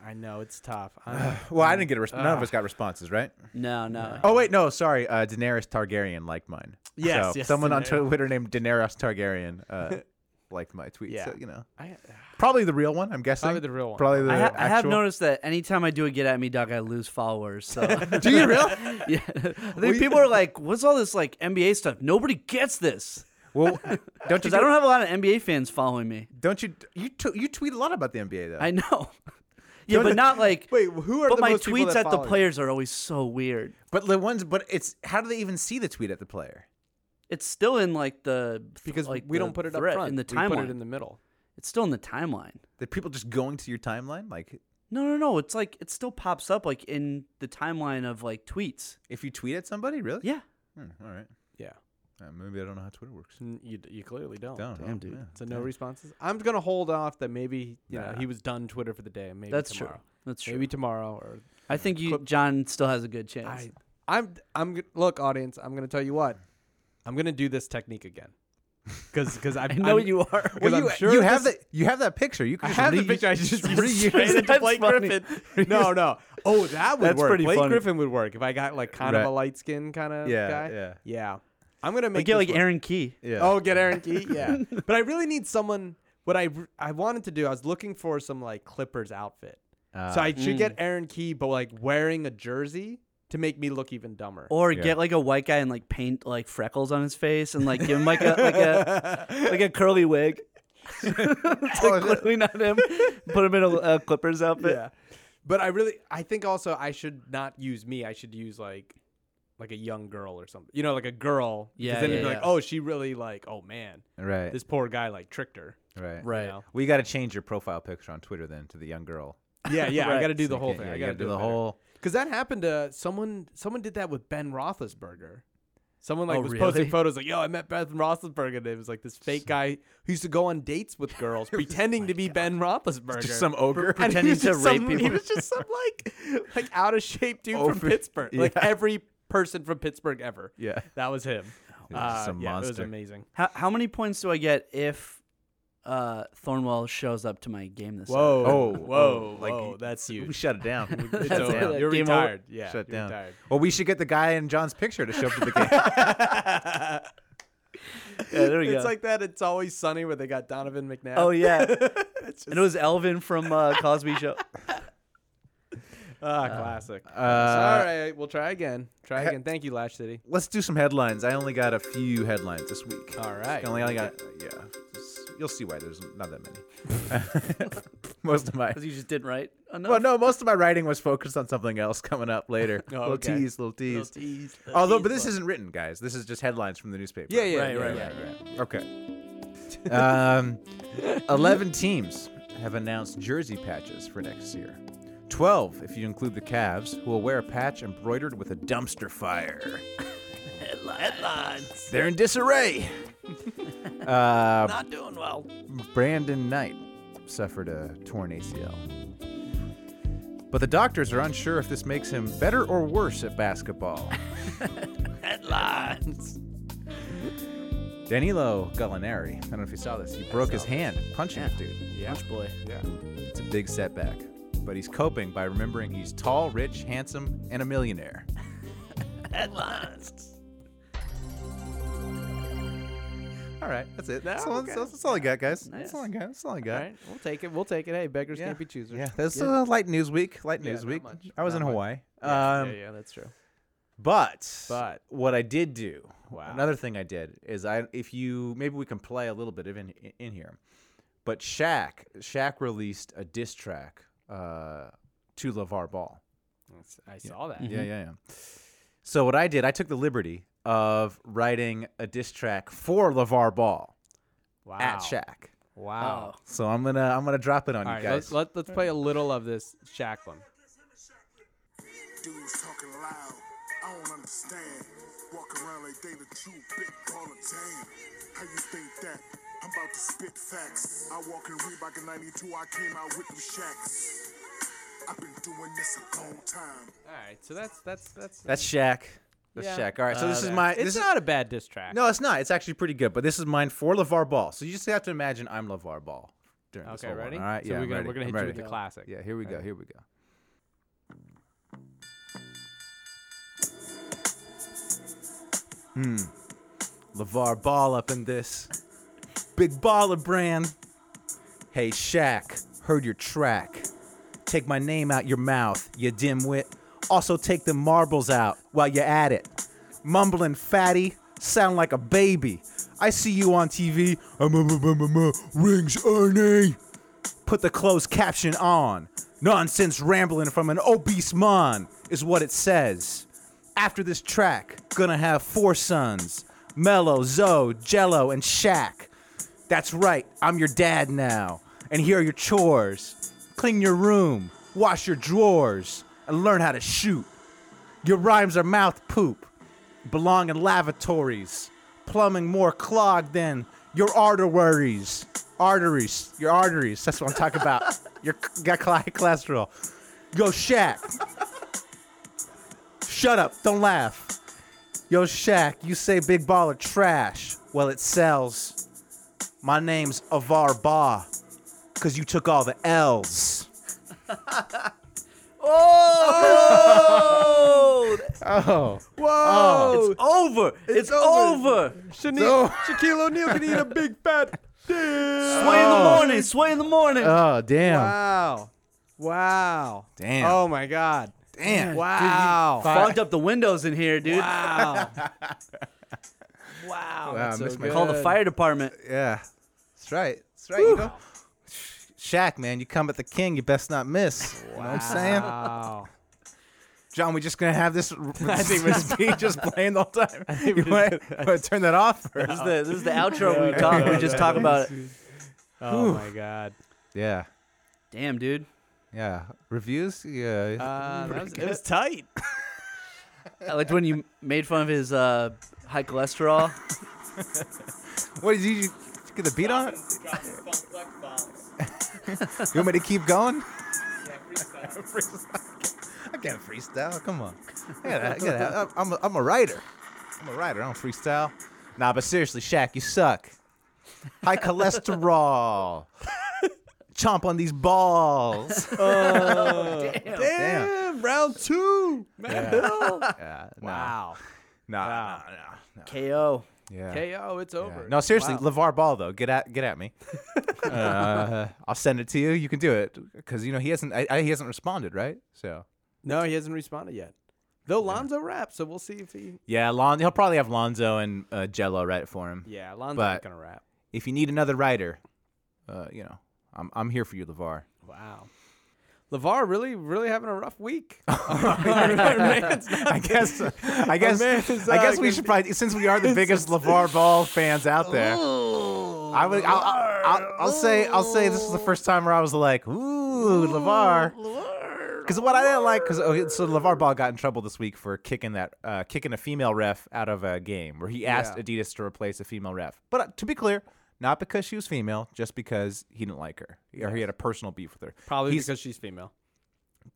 I know it's tough. I'm-
Well, I didn't get a response.
Ah.
None of us got responses, right?
No, no.
Oh wait, no, sorry. Uh, Daenerys Targaryen liked mine.
Yes,
So,
yes,
someone on
Daenerys.
Twitter named Daenerys Targaryen
*laughs*
uh, liked my tweet.
Yeah.
So you know,
I,
probably the real one. I'm guessing.
Probably the real one.
Probably the
I, ha- I have
actual-
noticed that anytime I do a get at me dog, I lose followers.
*laughs*
So
Do you really?
*laughs* yeah, I think people are like, "What's all this like NBA stuff? Nobody gets this."
*laughs*
Well, don't you?
Because I don't have a lot of NBA fans following me.
Don't you? You t- you tweet a lot about the NBA though.
I
*laughs*
know. yeah, but not like.
wait, who are
but
the
my
most people
tweets
that
at the
follow you?
players are always so weird.
but the ones, but it's how do they even see the tweet at the player?
It's still in like the
because
like
we
the
don't put it up
thread-
front
in the
We put
timeline.
it in the middle.
It's still in the timeline.
The people just going to your timeline, like
No, no, no. It's like it still pops up like in the timeline of like tweets.
if you tweet at somebody, really?
Yeah.
Hmm, all right.
Yeah, Oh,
Uh, maybe I don't know how Twitter works.
N- you d- you clearly don't.
Don't.
Damn, dude.
Yeah.
So no responses. I'm gonna hold off that maybe you know
Nah.
he was done Twitter for the day. and Maybe
That's
tomorrow.
true. That's true.
Maybe tomorrow or
I think you, John, still has a good chance.
I, I'm I'm g- look audience. I'm gonna tell you what. I'm gonna do this technique again
*laughs*
because because I
*laughs*
I know *laughs*
I'm,
you are.
Well,
you,
I'm sure
you have
this-
that. You have that picture. You can
I
just
have the
reuse-
picture. I just
reuse
reused it to
That's
Blake
funny. *laughs*
Griffin. No, no. Oh, that would
That's
work.
pretty
Blake
funny.
Griffin would work if I got like kind of
Right.
a light skin kind of
Yeah,
*laughs* guy.
yeah.
yeah. I'm gonna
Like,
make
get like
this work.
Aaron Key.
Yeah.
Oh, get
*laughs*
Aaron Key. Yeah. but I really need someone. What I r- I wanted to do, I was looking for some like Clippers outfit.
Ah. Uh,
so I should
Hmm.
get Aaron Key, but like wearing a jersey to make me look even dumber.
Or get like a white guy and like paint like freckles on his face and like give him like a like a
*laughs*
like a curly wig. *laughs* it's like clearly not him. Put him in a, a Clippers outfit.
yeah. But I really, I think also I should not use me. I should use like, like a young girl or something. You know, like a girl. 'cause
Yeah,
Then you'd
yeah,
be like,
yeah.
oh, she really like, oh man,
right.
this poor guy like tricked her.
right.
Right.
know?
We got to change your profile picture on Twitter then to the young girl.
Yeah, yeah.
*laughs*
I
Right.
got to do the
You
whole
can't-
thing.
yeah,
I
you
got to
gotta do the whole.
Because that happened to someone. Someone did that with Ben Roethlisberger. Someone like
Oh,
was posting
really?
photos like, "Yo, I met Ben Roethlisberger." And it was like this fake guy who used to go on dates with girls *laughs* pretending to be Ben Roethlisberger,
Just some ogre.
*laughs*
*laughs*
And
pretending
he was
to
just
rape
some- He
people.
was just some like, like out of shape dude from
Over-
Pittsburgh. Like
yeah.
every person from Pittsburgh ever.
Yeah.
that was him.
was just
Uh,
some
yeah, it was
monster.
amazing.
How how many points do I get if uh Thornwell shows up to my game this Saturday?
Oh,
Whoa, whoa,
oh, like
whoa,
you-
*laughs* that's
We
huge.
shut it down.
It's
That's
over.
down.
You're
Game over.
retired. Yeah,
shut
you're
down.
retired.
Well, we should get the guy in John's picture to show up to
*laughs*
the game.
Yeah, there we go.
It's like that. It's always sunny where they got Donovan McNabb.
oh yeah. And it was Elvin from uh, Cosby Show. *laughs*
Ah, classic.
uh,
Sorry, we'll try again. Try again. Thank you, Lash City.
Let's do some headlines. I only got a few headlines this week.
All right.
I only, only got yeah. It's- You'll see why there's not that many.
*laughs*
*laughs* most of my
Because you just didn't write enough.
well, no, most of my writing was focused on something else coming up later.
*laughs* Oh,
little
okay.
tease, little tease.
Tease.
Although, but this isn't written, guys. This is just headlines from the newspaper.
Yeah, yeah,
Right,
yeah,
right,
yeah.
Okay.
*laughs*
um, 11 teams have announced jersey patches for next year. 12, if you include the Cavs, who will wear a patch embroidered with a dumpster fire. Headlines. They're in disarray. uh, Not doing well. Brandon Knight suffered a torn ACL. But the doctors are unsure if this makes him better or worse at
*laughs*
basketball. Danilo Gallinari, I don't know if you saw this, he broke his hand punching a dude.
Punch boy.
It's a big setback, but he's coping by remembering he's tall, rich, handsome, and a millionaire.
Oh,
All right, that's it. That's, all, that's, that's all I got, guys. That's all I got. That's all I
All
got.
right, we'll take it. We'll take it. Hey, beggars
Yeah.
can't be choosers.
Yeah, that's a light news week. Light news
not
week.
much.
I was
Not
in
much.
Hawaii.
Yeah,
Um,
yeah, yeah, that's true.
But
But-
what I did do,
Wow.
another thing I did is I if you maybe we can play a little bit of in in here. But Shaq Shaq released a diss track uh, to LeVar Ball.
That's- I saw that.
Yeah, Mm-hmm. yeah, yeah. So what I did, I took the liberty of writing a diss track for LeVar Ball
Wow.
at Shaq.
*laughs* Wow.
So I'm gonna I'm gonna drop it on
All
you
right,
guys.
let's, let, let's play a little of this Shaq one.
Dudes talking loud. I don't understand. Walk around like they the true big baller. Damn, how you think that? I'm about to spit facts. I walk in Reebok in 92, I came out with them shacks. I've been doing this a long time.
All right, so that's that's that's
That's Shaq. That's
Yeah.
Shaq. All right, so this is
Okay.
my.
It's
This is,
not a bad diss track.
no, it's not. It's actually pretty good. But this is mine for LeVar Ball. So you just have to imagine I'm LeVar Ball during this
Okay,
whole one,
ready?
All right,
So
yeah,
we're
I'm
gonna
ready.
we're gonna
I'm
hit you
ready.
with the classic.
Yeah, here we go. Here we go. Hmm. LeVar Ball up in this. Big baller brand. Hey, Shaq, heard your track. Take my name out your mouth, you dimwit. Also, take the marbles out while you're at it. Mumbling fatty, sound like a baby. I see you on TV. Um, um, um, um, um, uh, Rings Ernie put the closed caption on. Nonsense rambling from an obese mon is what it says. After this track, gonna have four sons Mello, Zoe, Jello, and Shaq. That's right, I'm your dad now. And here are your chores clean your room, wash your drawers, and learn how to shoot. Your rhymes are mouth poop, belong in lavatories, plumbing more clogged than your arteries. Arteries, your arteries. That's what I'm talking *laughs* about. Your c- got cl- cholesterol. Yo, Shaq. Shut up. Don't laugh. Yo, Shaq. You say big baller trash. Well, it sells. My name's Avar Ba, cause you took all the L's.
Oh!
Oh.
*laughs*
Oh,
It's over. It's, over.
Shani- Shaquille O'Neal can eat a big fat.
Sway in the morning. Sway in the morning.
Oh, *laughs* damn.
Wow, wow,
Damn.
Oh my God,
Damn.
wow,
Fogged up the windows in here, dude.
wow, wow.
Wow, I
that's so
missed my-
good.
Call the fire department.
Yeah. That's right. That's right. You know? Shaq, man, you come at the king, you best not miss. You know what I'm saying?
Wow.
John, we just gonna have this,
*laughs*
I
think
think
we're-
this beat just playing the whole
*laughs*
time. You
we're just
want to turn that off? or-
*laughs*
This is the this is the outro we talk. We just talk about it.
Oh my God.
Yeah.
Damn, dude.
Yeah. Reviews? Yeah.
Uh, that was, it was tight.
I liked when you made fun of his uh, high cholesterol.
what did you, did you get the beat on
*laughs*
it? you want me to keep going? Freestyle. *laughs* I can't freestyle. Come *laughs* on. I gotta, I gotta, I'm- I'm, a, I'm a writer. I'm a writer. I don't freestyle. Nah, but seriously, Shaq, you suck. High *laughs* cholesterol. Chomp on these *laughs* balls.
Oh,
Damn.
round two.
Yeah, nah,
Wow.
Nah,
Wow.
nah, nah, nah.
KO.
Yeah.
KO. It's
Yeah.
over.
No, seriously,
Wow.
LeVar Ball though, get at get at
*laughs*
me. uh, I'll send it to you. You can do it because you know he hasn't I, I, he hasn't responded, right? So
No, he hasn't responded yet. Though Lonzo rap, so we'll see if he.
yeah, Lon, he'll probably have Lonzo and uh, Jello write it for him.
Yeah, Lonzo's
But-
gonna rap.
If you need another writer, uh, you know I'm I'm here for you,
*laughs*
LeVar.
Wow. Levar really, really having a rough week. *laughs*
*laughs* I guess I guess
man is,
I
uh,
guess we
gonna
should
be-
probably since we are the biggest
*laughs*
LeVar Ball fans out there. I would I'll, I'll, I'll, I'll say I'll say this is the first time where I was like, ooh, LeVar. Because what I didn't like, because okay, so LeVar Ball got in trouble this week for kicking that, uh, kicking a female ref out of a game where he asked
Yeah.
Adidas to replace a female ref. But uh, to be clear, not because she was female, just because he didn't like her or he had a personal beef with her.
Probably
he's,
because she's female.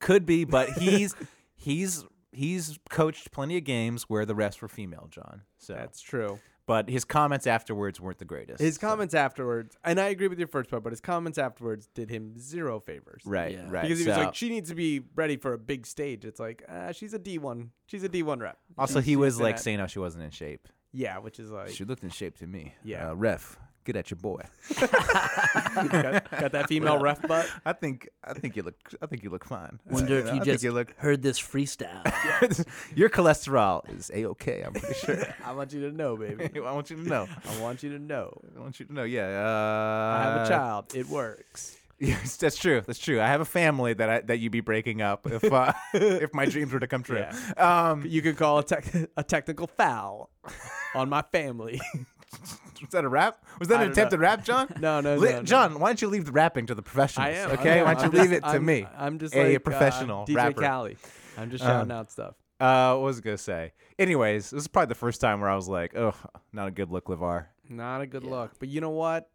could be, but he's *laughs* he's he's coached plenty of games where the refs were female, John. So
That's true.
but his comments afterwards weren't the greatest.
His comments afterwards, and I agree with your first part, but his comments afterwards did him zero favors.
right,
Yeah.
right.
Because he was
so-
like, she needs to be ready for a big stage. It's like, uh, she's a D1. She's a D1 rep.
also he
she's
was
been
like
at-
saying how she wasn't in shape.
Yeah, which is like,
She looked in shape to me.
Yeah.
uh, ref, get at your boy.
got, got that female ref butt.
I think I think you look I think you look
*laughs*
fine.
Wonder if
I
you
think
just
you look. *laughs*
heard this freestyle. *laughs*
your cholesterol is a okay. I'm pretty *laughs* sure.
I want you to know, baby.
*laughs* I want you to know.
I want you to know.
I want you to know. Yeah. Uh,
I have a child. It works.
*laughs* Yes, that's true. That's true. I have a family that I, that you'd be breaking up if uh, *laughs* if my dreams were to come true. Um,
You could call a, tec- a technical foul on my family. *laughs*
was that a rap? Was that
I
an
don't know.
attempted rap, John?
No, *laughs* no,
Li-
no, no.
John, why don't you leave the rapping to the professionals?
I am.
Okay,
I am.
why don't
I'm
you leave
just-
it to
I'm-
me?
I'm just
a
like, uh,
professional
DJ
rapper. Um,
Cali. I'm just shouting out stuff.
Uh, what was I gonna say? Anyways, this is probably the first time where I was like, "Oh, not a good look, Levar."
Not a good look. But you know what?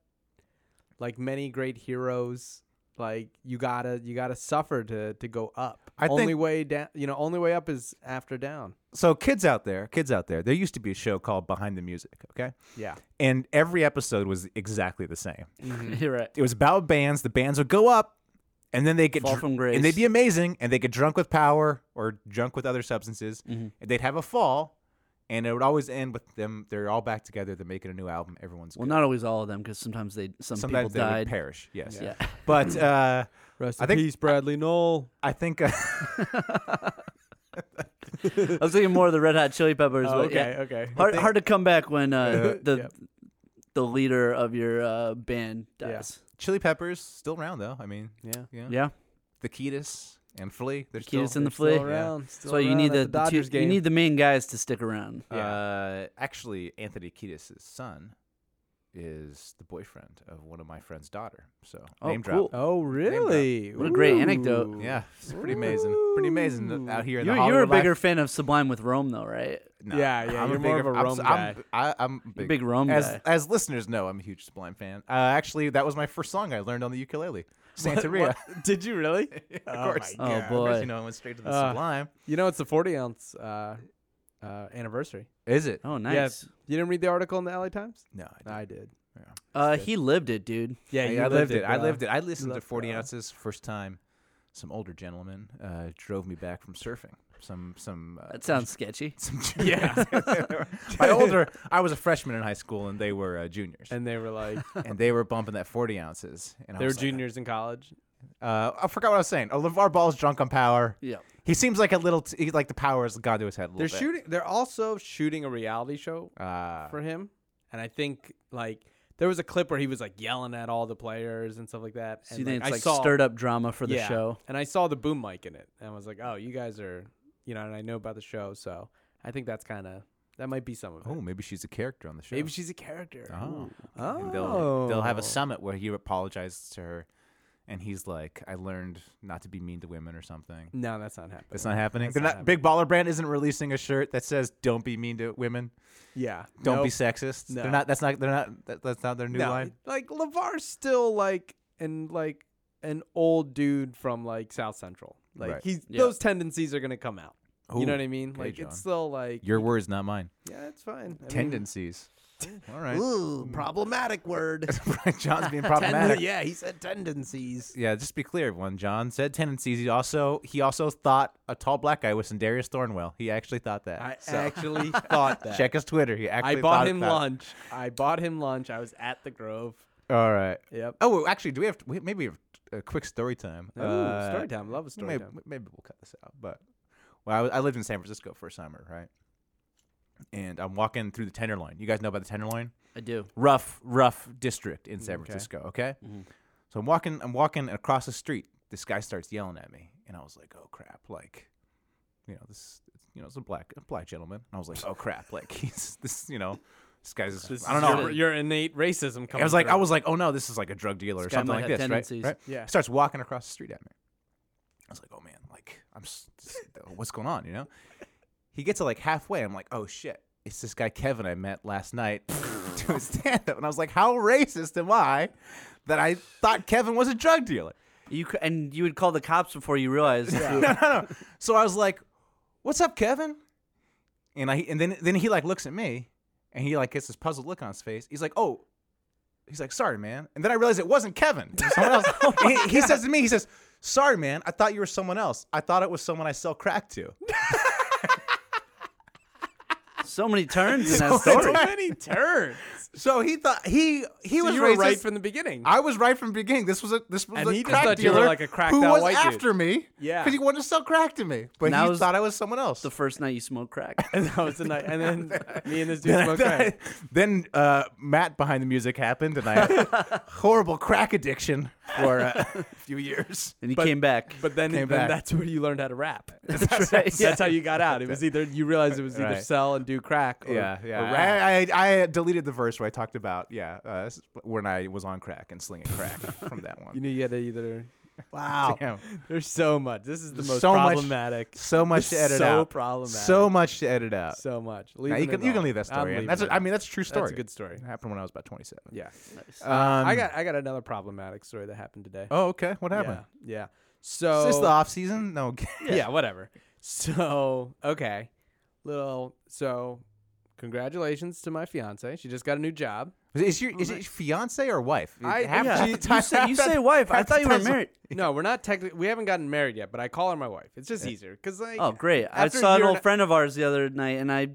Like many great heroes, like you gotta you gotta suffer to to go up.
I
only
think-
way down, you know, only way up is after down.
So, kids out there, kids out there, there used to be a show called Behind the Music, okay?
Yeah.
And every episode was exactly the same. Mm-hmm.
You're right.
It was about bands. The bands would go up, and then they get
Fall from grace.
and they'd be amazing, and they get drunk with power or drunk with other substances,
Mm-hmm.
and they'd have a fall, and it would always end with them. They're all back together. They're making a new album. Everyone's
Well,
good.
not always all of them, because sometimes they some
Sometimes
people
they
died.
would perish. Yes.
Yeah. *clears throat*
But uh,
Rest
I
in
think-
peace, Bradley Knoll.
I think. *laughs* Uh,
I was thinking more of the Red Hot Chili Peppers.
Oh,
but yeah.
okay, okay.
Hard, hard to come back when uh, the
Yep.
the leader of your uh, band
Yeah.
dies.
Chili Peppers still around though. I mean,
Yeah.
yeah.
Yeah,
The Ketis and Flea. They're
Ketis
still,
and the
they're
Flea.
still around.
Around,
that's
still
why you
around
need
at
the, the two-
Dodgers game.
you need the main guys to stick around.
Uh, actually, Anthony Kiedis' son is the boyfriend of one of my friend's daughter. So
Oh,
name
cool.
drop. Oh.
Oh, really?
What a great
Ooh.
anecdote.
Yeah, it's pretty amazing. Pretty amazing th- out here in
You,
the
you're a
Hollywood
bigger
life.
fan of Sublime with Rome, though, right?
No,
Yeah, yeah,
I'm
you're
a
more
bigger,
of a
I'm
Rome
s- I'm, I, am big,
big Rome
as,
guy.
As listeners know, I'm a huge Sublime fan. Uh, actually, that was my first song I learned on
*laughs*
the ukulele. Santeria.
Did you really?
*laughs* of
Oh
course.
my Oh,
Of course,
boy.
You know, I went straight to the
Uh,
Sublime.
You know, it's the 40 ounce uh, uh, anniversary.
Is it?
Oh,
Yeah.
nice.
You didn't read the article in the LA Times?
No, I didn't.
I did.
Uh, he lived it, dude.
Yeah,
I,
you
I lived it. I
bro.
lived it. I listened to
lived it,
40
bro.
ounces first time. Some older gentleman uh, drove me back from surfing. Some some. Uh,
That sounds sketchy.
*laughs* some yeah. *laughs* My older. I was a freshman in high school, and they were uh, juniors, *laughs* and,
And they were like,
they were bumping that 40 ounces. And I
they were
was like,
juniors in college.
uh, I forgot what I was saying. Oh, LeVar Ball's drunk on power.
Yeah.
He seems like a little. T- he- like the power has gone to his head a little
They're
bit.
shooting. They're also shooting a reality show
Uh,
for him, and I think like there was a clip where he was like yelling at all the players and stuff like that.
So
and,
you think
I
it's like
saw-
stirred up drama for the
yeah,
show?
And I saw the boom mic in it, and I was like, oh, you guys are, you know, and I know about the show, so I think that's kind of that might be some of it.
oh, maybe she's a character on the show.
Maybe she's a character.
Oh.
Oh,
And they'll they'll have a summit where he apologizes to her, and he's like, "I learned not to be mean to women" or something.
No, that's not happening.
It's not happening. They're
not
not, Big Baller Brand isn't releasing a shirt that says "Don't be mean to women."
Yeah,
Don't be
Nope.
sexist.
No.
They're not. That's not. They're not. That, that's not their new
No,
line.
Like Lavar's still like and like an old dude from like South Central. Like
Right.
he's
Yeah.
those tendencies are gonna come out. you know
Ooh,
what I mean?
okay,
Like
John.
it's still like
Your words, not mine.
yeah, it's fine. I mean,
Tendencies.
*laughs*
All right.
Ooh, problematic word.
*laughs* John's
*laughs*
being
Tenden-
*laughs* problematic.
yeah, he said tendencies.
Yeah, just be clear, everyone. John said tendencies. He also he also thought a tall black guy was Sandarius Thornwell. He actually thought that.
I
So,
*laughs* actually thought that.
check his Twitter. He actually.
I bought
thought
him
that.
lunch. I bought him lunch. I was at the Grove.
All right.
Yep.
Oh, well, actually, do we have we, maybe we have a quick story time? Uh,
Ooh, story time. Love a story
maybe,
time.
Maybe we'll cut this out. But well, I, was- I lived in San Francisco for a summer, right? And I'm walking through the Tenderloin. You guys know about the Tenderloin?
I do.
rough, rough district in
Mm,
San Francisco. Okay,
Mm-hmm.
so I'm walking, I'm walking and across the street. This guy starts yelling at me, and I was like, "Oh crap!" Like, you know, this, you know, it's a black, a black gentleman. And I was like, "Oh crap!" Like, *laughs* he's this, you know, this guy's. I don't
This is
know.
Your, your innate racism coming.
I was like,
through.
I was like, "Oh no, this is like a drug dealer or
guy
something
might
like
have
this, right?
tendencies.
right?"
Yeah.
He starts walking across the street at me. I was like, "Oh man, like, I'm, s- s- what's going on?" You know. He gets to like halfway. I'm like, "Oh shit." It's this guy Kevin I met last night *laughs* doing stand up. And I was like, how racist am I that I thought Kevin was a drug dealer?
You c- and you would call the cops before you realized.
no, no, no. So *laughs* I was like, "What's up, Kevin?" And I and then then he like looks at me, and he like gets this puzzled look on his face. He's like, "Oh," he's like, "Sorry, man." And then I realized it wasn't Kevin. It was someone else. *laughs* And he, he says to me, he says, "Sorry, man. I thought you were someone else. I thought it was someone I sell crack to."
*laughs* So many turns in
So
that
*laughs*
story.
many-
many turns.
*laughs* So he thought he he
So
was
you were
racist.
right from the beginning.
I *laughs* was right from the beginning. This was a this was
And
a
he just
crack
thought you were
dealer
like a cracked
who
out
was
white dude.
after me.
Yeah.
because he wanted to sell crack to me, but
Now
he
was-
thought I was someone else.
the first night you smoked
*laughs*
crack.
and that was the night. And *laughs* then me and this dude
then,
smoked
then I-
crack.
*laughs* then, uh, Matt behind the music happened, and I had
*laughs*
a horrible crack addiction for uh, a *laughs* few years.
And he
But-
came back.
*laughs* But then,
Came
then
back.
that's where you learned how
*laughs*
to rap. That's,
That's right. Yeah.
how you got out. It was either you realized it was either
Right.
sell and do crack. Or,
Yeah, yeah.
or rap.
I, I, I deleted the verse where I
*laughs*
talked about yeah uh, s- when I was on crack and slinging crack from that
You
one.
knew you had to either
Wow.
There's so much. This is the most
So much-
problematic.
So much to edit
so
out.
problematic.
So much to edit out.
so much.
Now, you
Leaving
can
it
you can
all.
leave that
I'm
story. in.
leaving
That's
it
a, I mean that's a true story.
That's a good story.
It happened when I was about 27.
Yeah. Uh,
Um,
I got I got another problematic story that happened today.
Oh, okay. What
yeah.
happened?
Yeah. So
Is this the off season? No.
yeah. whatever. So okay, little. So congratulations to my fiance. She just got a new job.
Is your is it fiance or wife?
I-
Half
yeah.
the
You- you
time-
say-
*laughs*
you say wife. I
half the
thought you were
time's like-
married.
No, we're not technically. We haven't gotten married yet, but I call her my wife. It's just easier because like.
Oh, great. I
after a
saw an
year
old
and a-
friend of ours the other night and I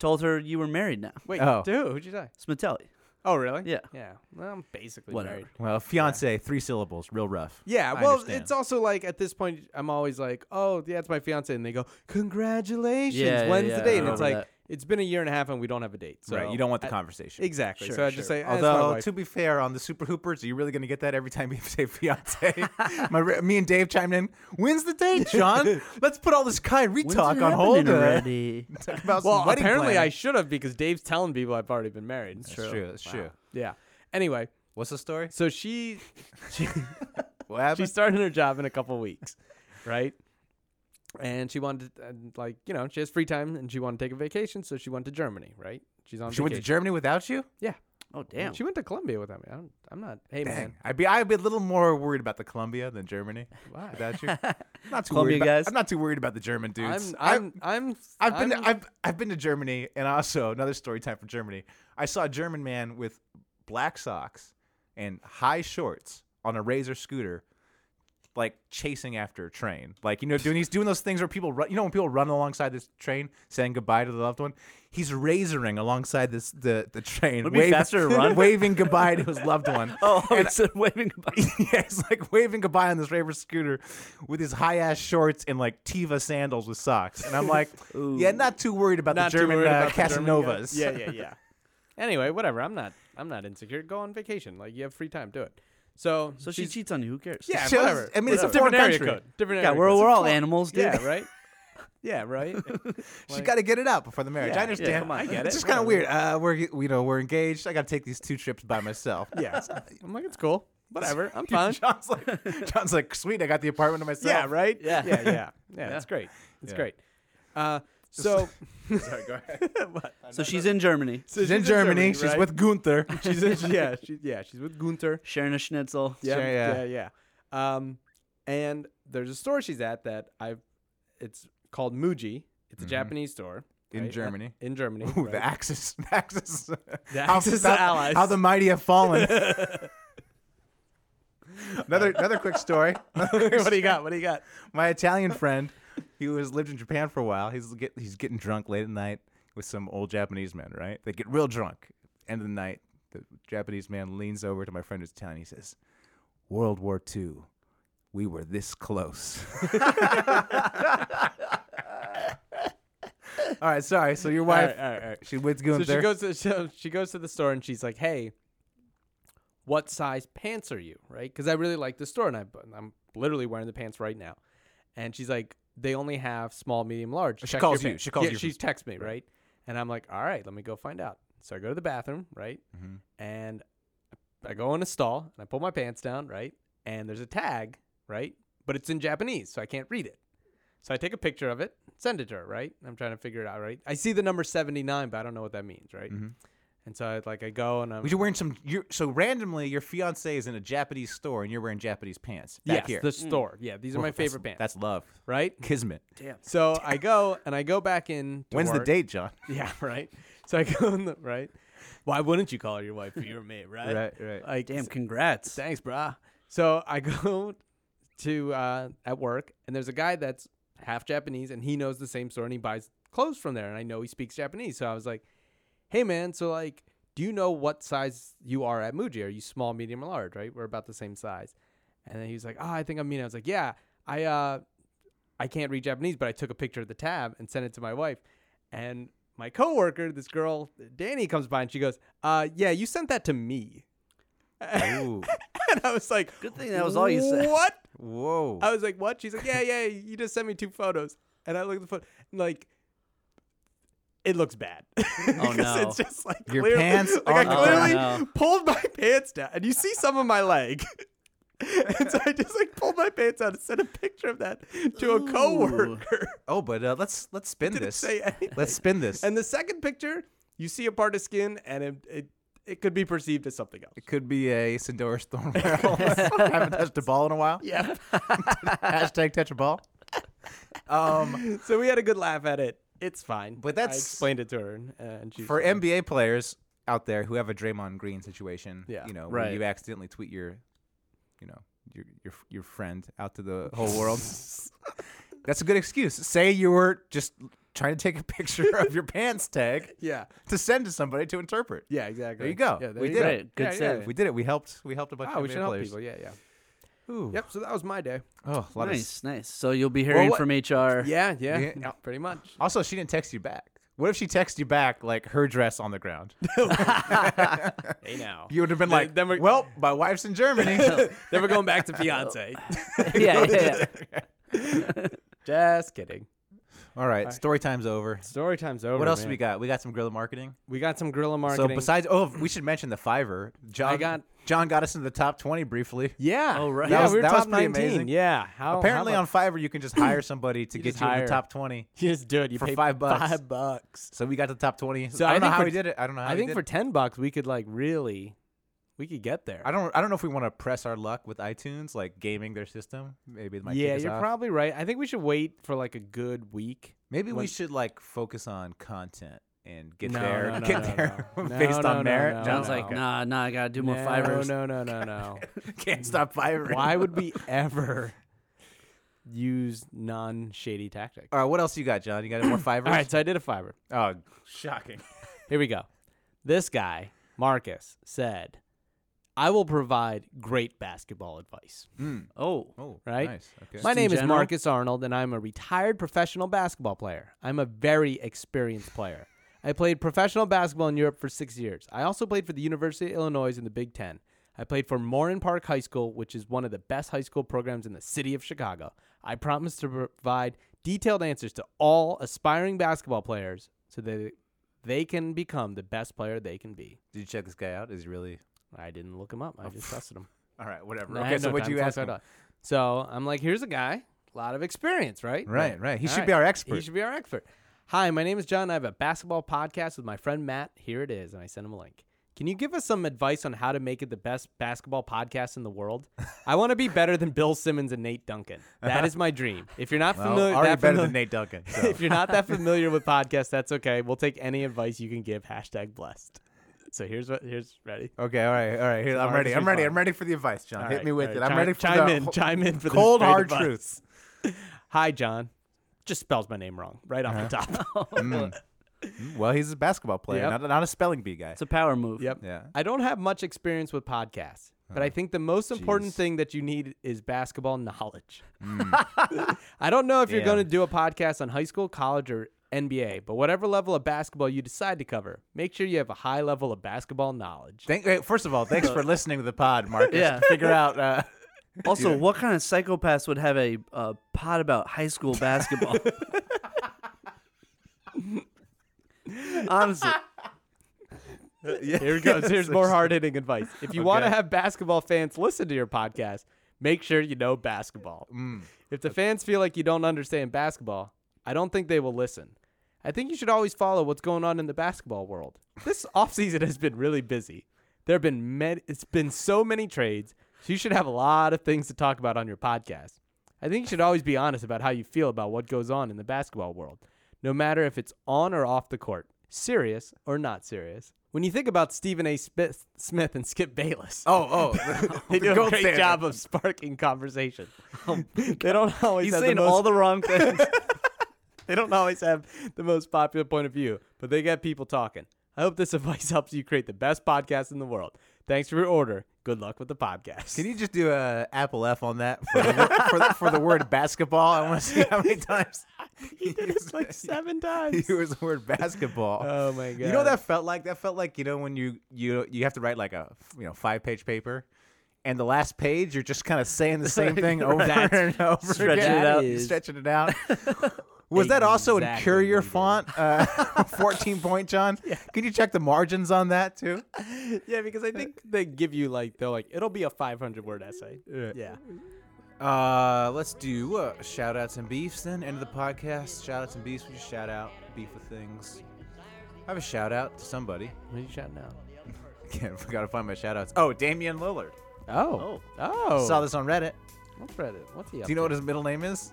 told her you were married now.
Wait,
Oh.
to who? Who'd you say?
Smitelli.
Oh, really?
Yeah.
Yeah. Well, I'm basically
Whatever.
married.
Well, fiance, three syllables, real rough.
Yeah,
I
well,
understand.
it's also like at this point, I'm always like, oh, yeah, it's my fiance. And they go, congratulations.
Yeah, yeah,
when's
yeah,
the
I
date? And it's
remember
like,
that.
it's been a year and a half and we don't have a date. So
right. You don't want the
I-
conversation.
Exactly.
Sure,
so I just
sure.
say, eh, it's my
Although,
wife.
to be fair, on the Super Hoopers, are you really going to get that every time you say fiance?
*laughs*
My, re- me and Dave chimed in. When's the date, John? Let's put all this Kyrie
When's
talk
it
on hold.
happening
uh,
already.
Talk
*laughs*
about some
well,
wedding
apparently I
planning.
should have because Dave's telling people I've already been married. That's
That's true. That's true.
Yeah. Anyway,
What's the story?
so she, she
What happened?
she started her job in a couple weeks, *laughs* right? And she wanted, to, and like, you know, she has free time and she wanted to take a vacation, so she went to Germany, right? She's on
she went to
vacation.
Germany without you?
Yeah.
Oh,
*laughs*
damn.
She went to Columbia without me. I don't, I'm not. Hey, man.
Dang. I'd be I'd be a little more worried about the Colombia than Germany.
Why?
Without
*laughs*
you, not too
Colombia
worried about,
guys?
I'm not too worried about the German dudes.
I'm, I'm, I'm,
I've been
I'm-
I've I've been to Germany and also another story time from Germany. I saw a German man with black socks and high shorts on a razor scooter, like chasing after a train. Like you know, doing he's doing those things where people run. You know, when people run alongside this train, saying goodbye to the loved one. He's razoring alongside this the the train,
Would it be
*laughs*
faster to run?
waving goodbye to his loved one.
*laughs* Oh, it's waving goodbye.
*laughs*
*laughs*
yeah, he's like waving goodbye on this raver scooter with his high ass shorts and like Tiva sandals with socks. And I'm
*laughs*
like, yeah, not too worried about
Not
the
too
German
worried
uh,
about the German guy.
Casanovas.
Yeah, yeah, yeah. anyway, whatever. I'm not. I'm not insecure. Go on vacation. Like you have free time. Do it. So,
So she
she's-
cheats on you. Who *laughs* cares?
Yeah,
She was-
whatever.
I mean, it's a foreign
different area
country.
code. Different
Yeah,
area
we're,
code.
we're all animals, dude.
Yeah, right. yeah, right.
*laughs* She's got to get it out before the marriage.
Yeah,
I understand.
yeah, I get
It's
it.
just kind of weird. Uh, we're you know we're engaged. I got to take these two trips by
*laughs*
myself. *laughs*
yeah. I'm like, it's cool. Whatever. I'm
Dude, *laughs*
fine.
John's like, John's like, sweet. I got the apartment to myself.
*laughs* Yeah, right.
Yeah.
yeah,
*laughs*
yeah, yeah. It's great. It's
Yeah.
great.
*laughs*
Uh, so, *laughs*
So she's in Germany
so
She's in Germany. She's
right?
with Gunther.
*laughs*
*laughs*
She's in, yeah, she, yeah. She's with Gunther.
sharing a schnitzel.
Yeah,
Sure,
yeah,
yeah.
yeah, Um, and there's a store she's at that I've. It's called Muji. It's a Japanese store
Mm-hmm. In
right?
Germany.
In Germany.
Ooh,
right?
the Axis, *laughs* the Axis, the
Axis
how,
allies.
how the mighty have fallen.
*laughs*
another another quick story.
*laughs* what do you got? What do you got?
My Italian friend, he was lived in Japan for a while. He's get, he's getting drunk late at night with some old Japanese man. Right, they get real drunk. End of the night, the Japanese man leans over to my friend who's Italian. He says, "World War II, we were this
*laughs*
close." *laughs* all right, sorry. So your wife,
all right, all right.
she went to
So
Gunther.
she goes to so she goes to the store and she's like, "Hey, what size pants are you?" Right? Because I really like the store and I, I'm literally wearing the pants right now. And she's like, "They only have small, medium, large."
She
Check
calls
your
you.
pants."
She calls
Yeah,
you.
She texts me, right? And I'm like, "All right, let me go find out." So I go to the bathroom, right?
Mm-hmm.
And I go in a stall and I pull my pants down, right? And there's a tag, right? But it's in Japanese, so I can't read it. So I take a picture of it, send it to her, right? I'm trying to figure it out, right? I see the number 79, but I don't know what that means, right?
Mm-hmm.
And so I like I go and I'm
Well, You're wearing some. You're, so randomly, your fiance is in a Japanese store, and you're wearing Japanese pants. Back
yes,
here.
the store. Yeah, these are
Well,
my
that's-
favorite pants.
That's love,
right.
kismet.
So I go and I go back in. to
When's the
work.
date, John?
*laughs* Yeah, right. So I go in the right. Why wouldn't you call her your wife if you're me, right?
Right, right.
Like
Damn, congrats.
Thanks, brah. So I *laughs* go to uh, at work, and there's a guy that's half Japanese, and he knows the same store, and he buys clothes from there, and I know he speaks Japanese. So I was like, "Hey, man, so like, do you know what size you are at Muji? Are you small, medium, or large? Right? We're about the same size." And then he was like, "Oh, I think I'm medium." I was like, "Yeah, I uh, I can't read Japanese, but I took a picture of the tab and sent it to my wife. And my coworker, this girl, Danny, comes by and she goes, uh, yeah, you sent that to me.
*laughs* Ooh,
*laughs* And I was like,
Good thing that was all you said.
What?
whoa.
I was like, what? She's like, yeah, yeah, you just sent me two photos. And I look at the photo, and like, it looks bad. *laughs* because
Oh, no.
It's just like
Your
clearly-
pants
like
are-
I clearly
Oh, no.
pulled my pants down, and you see some of my leg. *laughs* and so I just like pulled my pants out and sent a picture of that to a coworker. *laughs*
Oh, but uh, let's let's spin
Didn't
this.
say anything.
Let's spin this.
And the second picture, you see a part of skin, and it it, it could be perceived as something else.
it could be a Sindorus
*laughs*
Thornwell. *laughs* Haven't touched a ball in a while.
Yeah.
Hashtag touch a
*laughs*
ball. Um,
so we had a good laugh at it. It's fine.
But
I
that's-
explained it to her, and, and she
for NBA players out there who have a Draymond Green situation,
Yeah.
you know, where
Right.
you accidentally tweet your, you know, your your your friend out to the whole
*laughs*
world. That's a good excuse. Say you were just trying to take a picture of your pants tag
yeah,
to send to somebody to interpret.
yeah, exactly.
There you go.
Yeah, there
We
you
did
go.
Great.
it.
Good
yeah,
save.
We did it. We helped. We helped a bunch
Wow,
of
Ah, we
NBA
should help
players.
people. Yeah, yeah.
Ooh.
Yep. So that was my day.
Oh, a lot of
Nice, nice. So you'll be hearing
what-
from HR.
*laughs* Yeah, yeah,
Yeah.
no, pretty much.
Also, she didn't text you back. What if she texted you back like her dress on the
*laughs*
ground?
Hey now,
You would have been like,
then we're-
"Well, my wife's in Germany."
*laughs* then we're going back to
*laughs*
fiance. *laughs*
*laughs* yeah, yeah, yeah.
Just kidding.
All right, story time's over.
Story time's over.
What else
man.
we got? We got some guerrilla marketing.
We got some guerrilla
So
marketing.
besides, oh, we should mention the Fiverr. John
got-
John got us into the top twenty briefly.
yeah,
Oh, right.
yeah,
That was-
we were
that was
top
pretty
19.
amazing.
Yeah, Oh, how how
Apparently
about-
on Fiverr, you can just hire somebody to get
just
you in
hire.
the top twenty.
*laughs* you just do it. You
for
pay
five bucks.
Five bucks.
So we got to the top twenty.
So
I don't
I
know
think
how
for-
we did it. I don't know. How
I
we
think
did
for
it.
ten bucks we could like really, we could get there.
I don't. I don't know if we want to press our luck with iTunes, like gaming their system. Maybe it might. kick
yeah,
us
you're
off.
probably right. I think we should wait for like a good week.
Maybe we
When-
should like focus on content and get
No,
there,
no, no,
get
no,
*laughs* there
*laughs* no. No,
based
no,
on
no,
merit.
no,
Sounds
no.
like nah, nah. I gotta do more
no,
fibers.
No,
*laughs*
no, no, no.
can't stop Fiverr.
Why would we ever use non-shady tactics?
*laughs* All right, what else you got, John? You got any more Fiverr?
*laughs* All right, so I did a fiber.
Oh, shocking.
Here we go. This guy, Marcus, said, "I will provide great basketball advice."
Oh,
Oh,
Right?
Nice. Okay.
My
in
name is
general?
Marcus Arnold, and I'm a retired professional basketball player. I'm a very experienced player. I played professional basketball in Europe for six years. I also played for the University of Illinois in the Big Ten. I played for Morin Park High School, which is one of the best high school programs in the city of Chicago. I promise to provide detailed answers to all aspiring basketball players so that they can become the best player they can be.
Did you check this guy out? Is he really?
I didn't look him up. I just trusted him.
All right, whatever. *laughs*
I
okay,
had
so
no
what
time
you
to look
ask?
that
him?
up. So I'm like, here's a guy, a lot of experience, right?
Right,
Like,
right. He
all
should be our expert.
He should be our expert. Hi, my name is John. I have a basketball podcast with my friend Matt. Here it is, and I sent him a link. Can you give us some advice on how to make it the best basketball podcast in the world? I want to be better than Bill Simmons and Nate Duncan. That is my dream. If you're not
Well,
familiar,
already
that
better
famili-
than Nate
*laughs*
Duncan. So.
if you're not that familiar with podcasts, that's okay. We'll take any advice you can give. Hashtag blessed. So here's what here's ready.
okay, all right, all right. Here, I'm
Marcus
ready. I'm ready. I'm
respond.
ready for the advice, John.
All
Hit
right,
me with
all
it.
right.
I'm
Chime-
ready for
chime
the
in,
whole-
chime in for the
cold
straight
hard
advice.
truths.
Hi, John. Just spells my name wrong right off the
Uh-huh. *laughs*
top.
Well, he's a basketball player,
Mm-hmm. Yep.
not, not a spelling bee guy.
it's a power move.
Yep.
Yeah.
I don't have much experience with podcasts, but I think the most important thing that you need is basketball knowledge. *laughs* I don't know if you're
Damn.
going to do a podcast on high school, college, or NBA, but whatever level of basketball you decide to cover, make sure you have a high level of basketball knowledge.
*laughs* Thank, wait, first of all, thanks
*laughs*
for listening to the pod, Marcus.
Yeah.
Figure out. Uh,
Also, what kind of psychopaths would have a, a pod about high school *laughs* basketball? Honestly,
Here it goes. *laughs*
*laughs*
Here's more hard hitting advice. If you want to
Okay.
have basketball fans listen to your podcast, make sure you know basketball. If the fans feel like you don't understand basketball, I don't think they will listen. I think you should always follow what's going on in the basketball world. This *laughs* offseason has been really busy. There have been med- it's been so many trades, so you should have a lot of things to talk about on your podcast. I think you should always be honest about how you feel about what goes on in the basketball world, no matter if it's on or off the court, serious or not serious. When you think about Stephen A. Smith, Smith and Skip Bayless,
oh, oh.
*laughs* they do a
gold
great
standard. Oh
job of
*laughs*
sparking conversation. they don't always
he's
have
saying
the most,
all the wrong *laughs* things.
*laughs* they don't always have the most popular point of view, but they get people talking. I hope this *laughs* advice helps you create the best podcast in the world. Thanks for your order. Good luck with the podcast.
Can you just do a Apple F on that for the, wor- for the, for the word basketball? I want to see
*laughs*
how many times
*laughs* he *laughs* did it like seven times.
he used the word basketball.
Oh *laughs* my god!
You know what that felt like? That felt like you know when you you you have to write like a you know five page paper, and the last page *laughs* you're just kind of saying the same thing over
That's-
and over
stretching it
again.
out.
*laughs* You're stretching it out. Was that also in
Exactly
Courier
what he did.
font? Uh, *laughs* 14 point, *laughs* John? Could you check the margins on that too?
*laughs* yeah, because I think they give you like they're like it'll be a 500 word essay. Yeah.
Uh, let's do uh, shout outs and beefs then. End of the podcast. Shout outs and beefs. We just shout out, beef with things. I have a shout out to somebody. *laughs*
What are you shouting out?
Can't, I gotta find my shout outs. Oh, Damian Lillard.
Oh. Oh.
Saw this on Reddit.
What's Reddit? What's he up
Do you know what
to?
his middle name
*laughs*
is?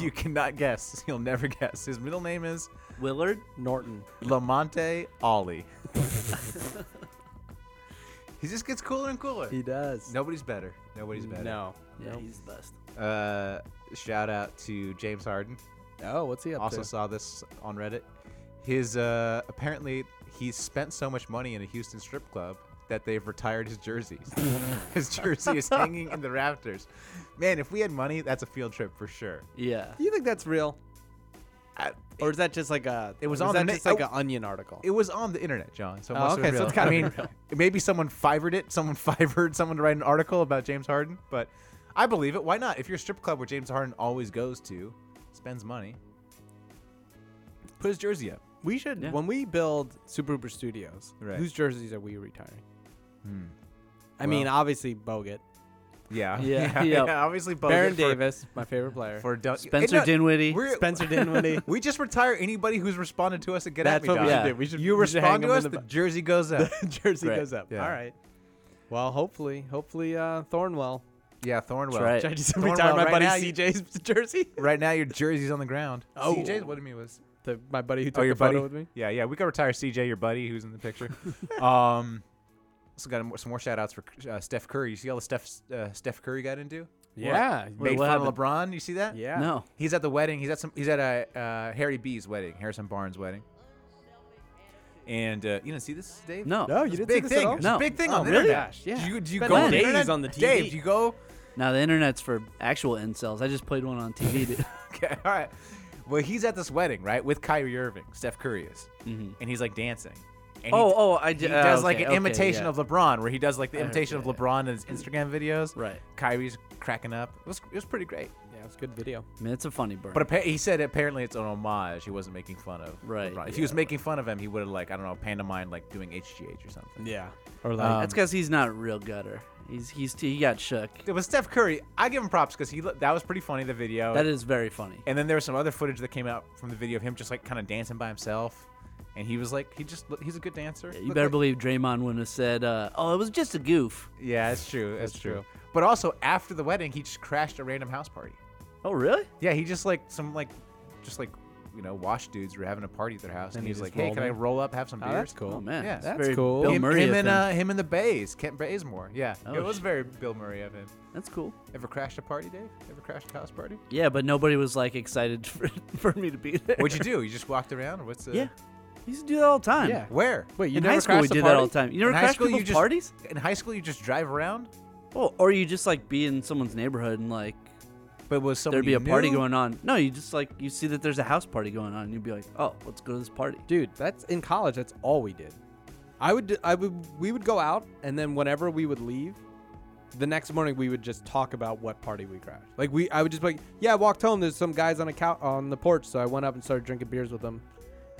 You cannot guess. *laughs* You'll never guess. His middle name is
Willard.
Norton.
Lamonte
*laughs*
Ollie. he just gets cooler and cooler.
He does.
Nobody's better. Nobody's better.
No.
Yeah, he's the best.
Uh, shout out to James Harden.
Oh, what's he up
Also
to?
saw this on Reddit. His uh, apparently he spent so much money in a Houston strip club that they've retired his jerseys.
*laughs*
his jersey is hanging in the rafters. Man, if we had money, that's a field trip for sure.
Yeah.
Do you think that's real?
I-
Or is that just like a?
It was on
or is
the
that
net-
just like
oh.
an Onion article?
It was on the internet, John. So it
Oh,
must have
okay,
been
so
real.
it's gotta
I
be
mean, *laughs* maybe someone fivered it. Someone *laughs* fivered someone to write an article about James Harden, but I believe it. Why not? If you're a strip club where James Harden always goes to, spends money, put his jersey up.
we should
Yeah.
when we build Super Hooper Studios.
Right.
Whose jerseys are we retiring? I mean,
Well-
obviously Hmm. Bogut,
Yeah,
Yeah,
*laughs* yeah.
yeah.
obviously, Bogut
Baron
for-
Davis, my favorite player.
for Dun-
Spencer
And, uh,
Dinwiddie.
we're-
Spencer *laughs* Dinwiddie.
We just retire anybody who's responded to us and get at
That's
me.
what we
Don.
should
do. We should-
you
we should
respond
hang them
to
in
us,
the
the
bu-
jersey goes
*laughs*
up.
jersey
Right.
goes up.
Yeah.
All right. Well, hopefully, hopefully uh, Thornwell.
yeah, Thornwell.
right.
Should I just
Thornwell,
retire my
right
buddy
now you-
CJ's *laughs* jersey?
Right now, your jersey's on the ground.
Oh.
CJ's. What do you mean was?
The, my buddy who took
oh, your
the
buddy.
photo with me.
Yeah, yeah. We could retire CJ, your buddy, who's in the picture. um, also got a mo- some more shout outs for uh, Steph Curry. You see all the Steph uh, Steph Curry got into?
Yeah.
Made
what
fun of
happened?
LeBron. You see that?
Yeah.
No.
He's at the wedding. He's at some. He's at a uh, Harry B's wedding, Harrison Barnes' wedding. And uh, you didn't see this, Dave?
No.
No, you didn't
big
see this
thing.
at all?
It's a
No.
big thing
Oh,
on the
really?
internet.
Gosh, yeah.
Do you, do you
Spent
go on the
days
internet?
on the
Dave,
TV.
do you go?
Now the internet's for actual incels. I just played one on *laughs* TV. dude.
Okay, *laughs* all right. Well, he's at this wedding, right, with Kyrie Irving. Steph Curry is, and he's like dancing. And he-
Mm-hmm. oh, oh, I
he
did.
does like an imitation of LeBron, where he does like the imitation
Okay.
of LeBron in his Instagram videos.
Right.
Kyrie's cracking up. It was it was pretty great.
Yeah, it's a good video.
I mean, it's a funny burn.
But appa- he said apparently it's an homage. He wasn't making fun of.
Right,
LeBron. If he
yeah,
was making fun of him, he would have like I don't know pantomime like doing HGH or something.
Yeah. Or like
Um,
That's because he's not a real gutter. He's he's he got shook.
It was Steph Curry. I give him props because he lo- that was pretty funny the video.
That is very funny.
and then there was some other footage that came out from the video of him just like kind of dancing by himself, and he was like he just look- he's a good dancer.
You
Looked
better
like-
believe Draymond wouldn't have said, uh, "Oh, it was just a goof."
Yeah, that's true. That's, true. But also after the wedding, he just crashed a random house party.
Oh, really?
Yeah, he just like some like just like you know wash dudes were having a party at their house, and,
And he
he's
just
like, hey,
rolled
can I
in.
roll up, have some
Oh,
beers?
that's cool.
Oh man,
Yeah,
it's
that's
very
cool.
Bill
him,
Murray
him
of
and
him.
uh, him and the Bays, Kent Bazemore. Yeah,
Oh,
it was
sh-
very Bill Murray of him.
That's cool.
Ever crashed a party, Dave? Ever crashed a house party?
Yeah, but nobody was like excited *laughs* for, for me to be there. *laughs*
What'd you do? You just walked around? or What's the?
Yeah, we used to do that all the time.
Yeah.
Where?
Wait, you
in
never
high school we
crashed a
did that all
party?
the time. You never
in high
crashed
school,
people's
you just,
parties?
In high school, you just drive around.
Well, or you just like be in someone's neighborhood and like
But was
there'd
somebody
be a party
new?
going on. No, you just like you see that there's a house party going on, and you'd be like, "Oh, let's go to this party."
Dude, that's in college. That's all we did. I would, I would, we would go out, and then whenever we would leave, the next morning we would just talk about what party we crashed. Like we, I would just be like, yeah, I walked home. There's some guys on a couch on the porch, so I went up and started drinking beers with them.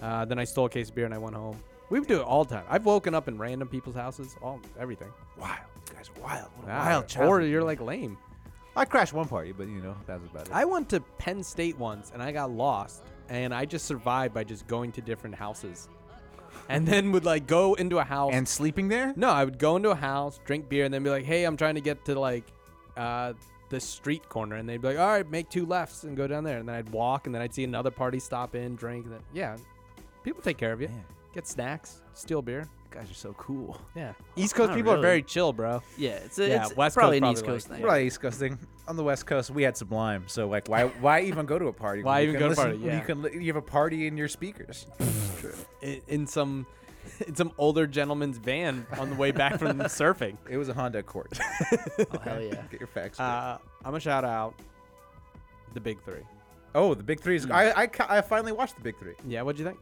Uh, then I stole a case of beer and I went home. We would do it all the time. I've woken up in random people's houses, all everything.
Wild, you guys, are wild, what a
Ah,
wild
or
childhood.
you're like lame.
I crashed one party, but you know that was about it.
I went to Penn State once and I got lost and I just survived by just going to different houses. And then would like go into a house
and sleeping there?
No, I would go into a house, drink beer, and then be like, "Hey, I'm trying to get to like uh, the street corner," and they'd be like, "All right, make two lefts and go down there." And then I'd walk, and then I'd see another party stop in, drink, and then yeah, people take care of you.
Man.
Get snacks, steal beer.
You guys are so cool.
Yeah, East Coast
Not
people are
really.
very chill, bro.
Yeah, it's a,
Yeah,
it's
West Coast
probably an
probably
East
like-
Coast thing.
Probably East Coast thing. On the West Coast, we had Sublime, so like,
*laughs*
why, why even go to a party?
Why
when you
even
can
go to
listen-
a party?
when
Yeah.
You can, li- you have a party in your speakers.
In, in some, *laughs* in some older gentleman's van on the way back *laughs* from surfing.
It was a Honda Accord.
Oh, hell *laughs* yeah.
*laughs* Get your facts. straight.
Uh, I'm gonna shout out the big three.
oh, the Big Three is. I, I, ca- I finally watched the Big Three.
Yeah, what'd you think?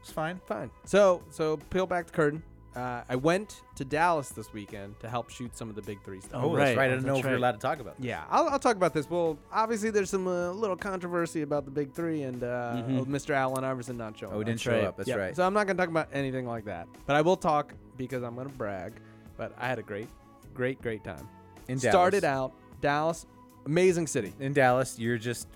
It's fine.
Fine. So so peel back the curtain. uh, I went to Dallas this weekend to help shoot some of the big three stuff.
Oh,
that's right. I don't
that's
know if we're
right.
allowed to talk about. This.
Yeah, I'll, I'll talk about this. Well, obviously, there's some uh, little controversy about the big three and uh, old Mr. Allen Iverson not showing.
Mm-hmm. Oh, we
up.
didn't show
right.
up. That's
Yep.
right.
So I'm not gonna talk about anything like that, but I will talk because I'm gonna brag. But I had a great, great, great time.
In
Started
Dallas.
out Dallas, amazing city.
in Dallas, you're just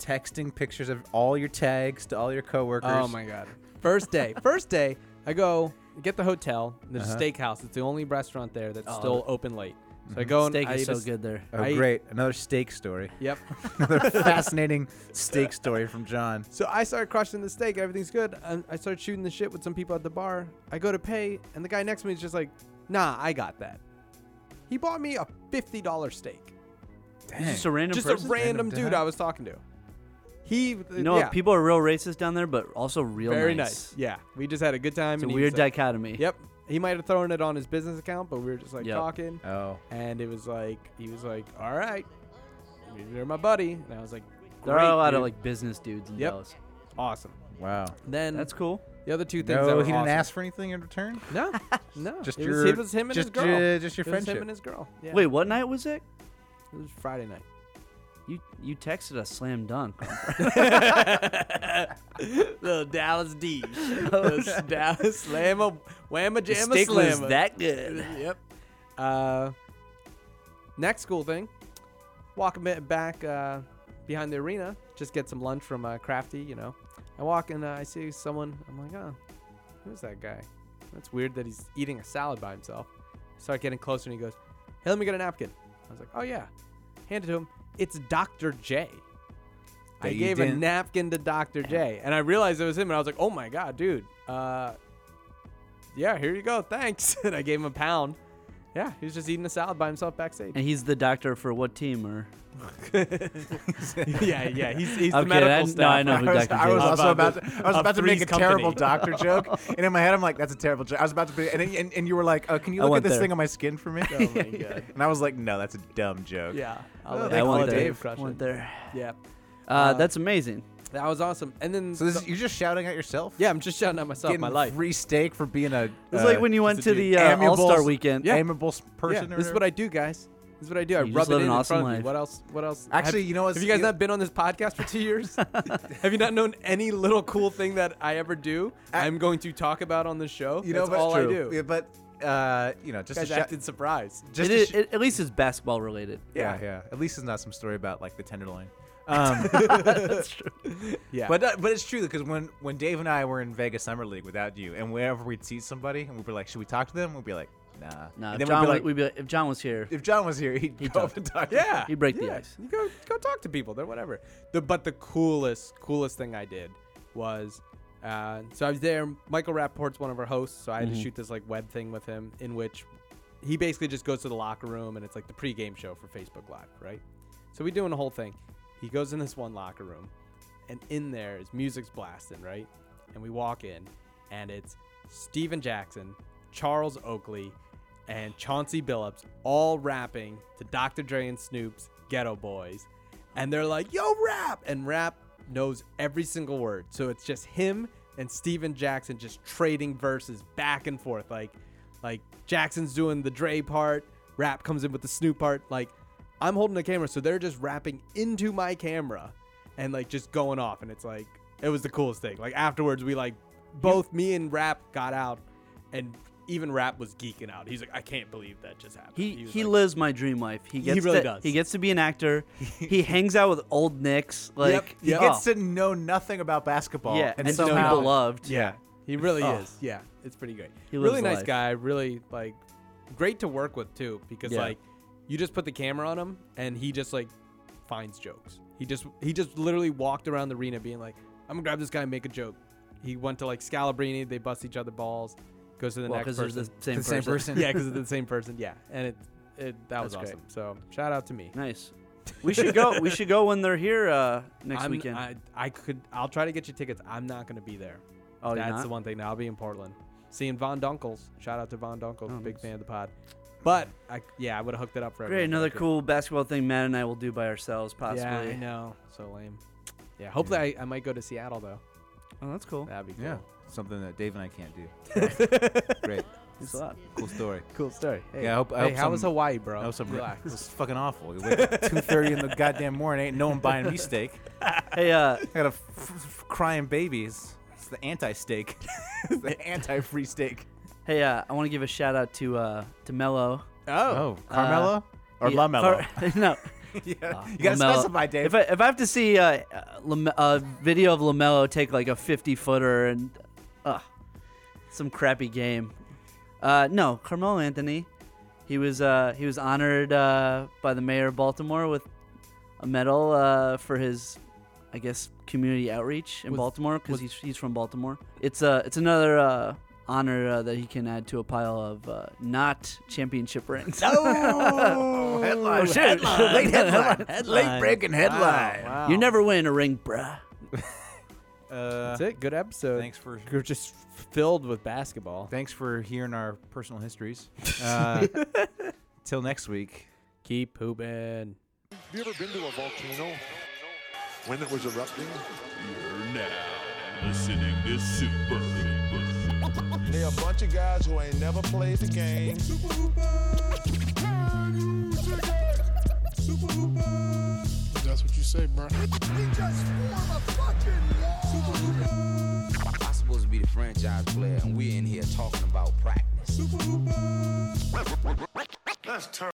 texting pictures of all your tags to all your coworkers.
Oh my god. First day. First day, I go get the hotel. There's a steakhouse. It's the only restaurant there that's still open late. So I go and
Oh, Steak
I
is
eat a
so
s-
good there.
Oh,
I-
great! Another steak
*laughs*
story.
Yep.
Another fascinating steak story from John.
so I start crushing the steak. Everything's good. And I start shooting the shit with some people at the bar. I go to pay, and the guy next to me is just like, "Nah, I got that." He bought me a fifty dollar steak.
Just a random
just
person?
a random
Random
dude
guy?
I was talking to. He, uh,
You know,
yeah,
people are real racist down there, but also real
very
nice.
nice. Yeah, we just had a good time.
It's a
and he
weird
was like-
dichotomy.
Yep, he might have thrown it on his business account, but we were just like
Yep.
talking,
Oh,
and it was like he was like, "All right, you're my buddy," and I was like,
There are a
"Great,
lot of
dude.
like business dudes in
Yep.
Dallas.
Mm-hmm.
awesome."
wow.
Then
That's cool.
the other two things. that
No,
were
he didn't
awesome.
ask for anything in return.
No, *laughs* no,
Just
it
your,
was, it was him and
just,
his girl.
uh, just your
it was
friendship.
him and his girl. Yeah.
Wait, what night was it?
it was Friday night. *laughs*
You you texted us slam dunk.
*laughs*
*laughs*
Little Dallas D. Little Dallas Slamma Whamma
Oh, The
Jamma
steak was
Slamma.
that
*laughs*
good.
yep. Uh, next cool thing. Walk a bit back uh, behind the arena, just get some lunch from uh, Crafty, you know. I walk and uh, I see someone. I'm like, oh, who's that guy? That's weird that he's eating a salad by himself. Start getting closer and he goes, hey, let me get a napkin. I was like, oh, yeah. Hand it to him. It's Dr. J. I
That you
gave a
didn't-
napkin to Dr. J. And I realized it was him and I was like, oh my God, dude. Uh, yeah, here you go. Thanks. *laughs* and I gave him a pound. Yeah, he was just eating a salad by himself backstage.
*laughs*
*laughs*
And he's the doctor for what team or
yeah, yeah. He's, he's
I'm kidding.
the medical
I- no,
staff.
I know who
*laughs* for-
I was,
Dr.
I
J.
was
Of,
also
uh,
about
the-
to, I was
of
about to make a
Three's Company.
terrible *laughs* doctor joke, and in my head I'm like, "That's a terrible joke." I was about to be, and and, and you were like, "Oh, can you
I
look at
went
this
there.
thing on my skin for me?"
Oh my God.
and I was like, "No, that's a dumb joke."
Yeah.
Oh,
let-
they
I
call
let
it
went there.
Dave crush
Went
it.
there.
Yeah.
Uh, that's amazing.
That was awesome. And then
So this is, you're just shouting at yourself.
Yeah, I'm just shouting out myself,
Getting
my life.
free steak for being a.
It's
uh,
like when you went to the uh, All
amiable-
Star weekend.
Amiable s-
yeah,
person. or
this is what I do, guys. This is what I do. I
You just
rub it
live
in,
an
in
awesome
front of
life.
you. What else? What else?
Actually,
Have-
you know what's-
Have you guys
you-
not been on this podcast for two years? *laughs* have you not known any little cool thing that I ever do? I, am going to talk about on the show.
You know,
That's
but-
all I
true.
do.
Yeah, but uh, you know, just
You guys
to shout-
acted surprised.
just
It
to
is,
sh-
it, at least it's basketball related.
yeah, yeah. At least it's not some story about like the *laughs* tenderloin. Um,
Yeah.
But uh, but it's true because when when Dave and I were in Vegas Summer League without you, and whenever we'd see somebody and we'd be like, should we talk to them? We'd be like, nah.
No,
and
if
then we'd
John,
be like,
would be like, if John was here,
if John was here, he'd, go up
talked.
and talk. to them."
yeah.
You break the
yeah.
ice.
You go go talk to people. They're whatever. The but the coolest coolest thing I did was uh, so I was there. Michael Rapport's one of our hosts, so I had
Mm-hmm.
to shoot this like web thing with him in which he basically just goes to the locker room and it's like the pregame show for Facebook Live, right? So we doing the whole thing. He goes in this one locker room, and in there is music's blasting, right? And we walk in, and it's Steven Jackson, Charles Oakley, and Chauncey Billups all rapping to Dr. Dre and Snoop's Ghetto Boys. And they're like, yo, rap! And rap knows every single word. So it's just him and Steven Jackson just trading verses back and forth. Like, like Jackson's doing the Dre part, rap comes in with the Snoop part. Like, I'm holding the camera, so they're just rapping into my camera and like just going off. And it's like, it was the coolest thing. Like, afterwards, we like both me and rap got out, and even rap was geeking out. He's like, I can't believe that just happened.
he
was
he
like,
lives my dream life.
*laughs*
He gets
really
to,
does.
He gets to be an actor. he hangs out with old Knicks. Like
He
Yep.
gets to know nothing about basketball.
yeah,
and,
and some
somehow
people loved.
Yeah.
He really
Oh.
is. Yeah, it's pretty great.
He
really
lives
nice
life.
guy. Really like great to work with too, because
Yeah.
like you just put the camera on him and he just like finds jokes. He just he just literally walked around the arena being like, I'm gonna grab this guy and make a joke. He went to like Scalabrini. They bust each other balls. Goes to *laughs* the
Well,
next
because they're the
person.
same person.
same person.
yeah,
*laughs*
because it's the same person. Yeah, and it it that was
That's great.
awesome. So shout out to me.
Nice. We should go. We should go when they're here uh, next
I'm-
weekend.
I, I could. I'll try to get you tickets. I'm not going to be there.
Oh, you're
that's
not?
the one thing. Now I'll be in Portland, seeing Von Dunkels. Shout out to Von Dunkels,
Oh,
big
nice.
fan of the pod. But I, yeah, I would have hooked it up
Great,
for everyone, but I
another
couldn't.
cool basketball thing Matt and I will do by ourselves, possibly.
Yeah, I know. So lame. Yeah, hopefully I, I might go to Seattle though.
Oh, that's cool.
That'd be
*laughs*
cool.
Yeah. Something that Dave and I can't do. Great.
Thanks a lot.
Cool story.
Cool story. Hey.
Yeah, I hope. I
Hey,
hope
how was
some-
Hawaii, bro?
I hope some.
Relax.
*laughs* It was fucking awful. You wake up two thirty in the goddamn morning. Ain't no one buying me steak.
Hey, uh,
I got a f- f- crying baby. It's, it's the anti-steak. *laughs* It's the anti-free steak.
hey, uh, I want to give a shout out to uh, to Mello
Oh, Carmelo or
Yeah,
Lamello?
Car- *laughs* no,
*laughs* yeah. *laughs* You gotta
LaMelo.
specify, Dave.
If I, if I have to see a uh, Lame- uh, video of Lamelo take like a 50 footer and uh, some crappy game, uh, no, Carmelo Anthony, he was uh, he was honored uh, by the mayor of Baltimore with a medal uh, for his, I guess, community outreach in
Was-
Baltimore because he's,
was-
he's from Baltimore. It's uh, it's another. Uh, Honor uh, that he can add to a pile of uh, not championship rings.
*laughs*
*laughs*
oh, *laughs* headline.
Headline.
Late headline.
Headline.
Late breaking headline.
You never win a ring, bruh.
Uh,
That's it. Good episode.
Thanks for
We're just filled with basketball.
thanks for hearing our personal histories. *laughs* Uh, till next week.
Keep pooping.
Have you ever been to a volcano when it was erupting?
You're now listening to Super. Super.
They a bunch of guys who ain't never played the game.
That's what you say, bro.
I'm supposed to be the franchise player, and we're in here talking about practice.
Let's turn.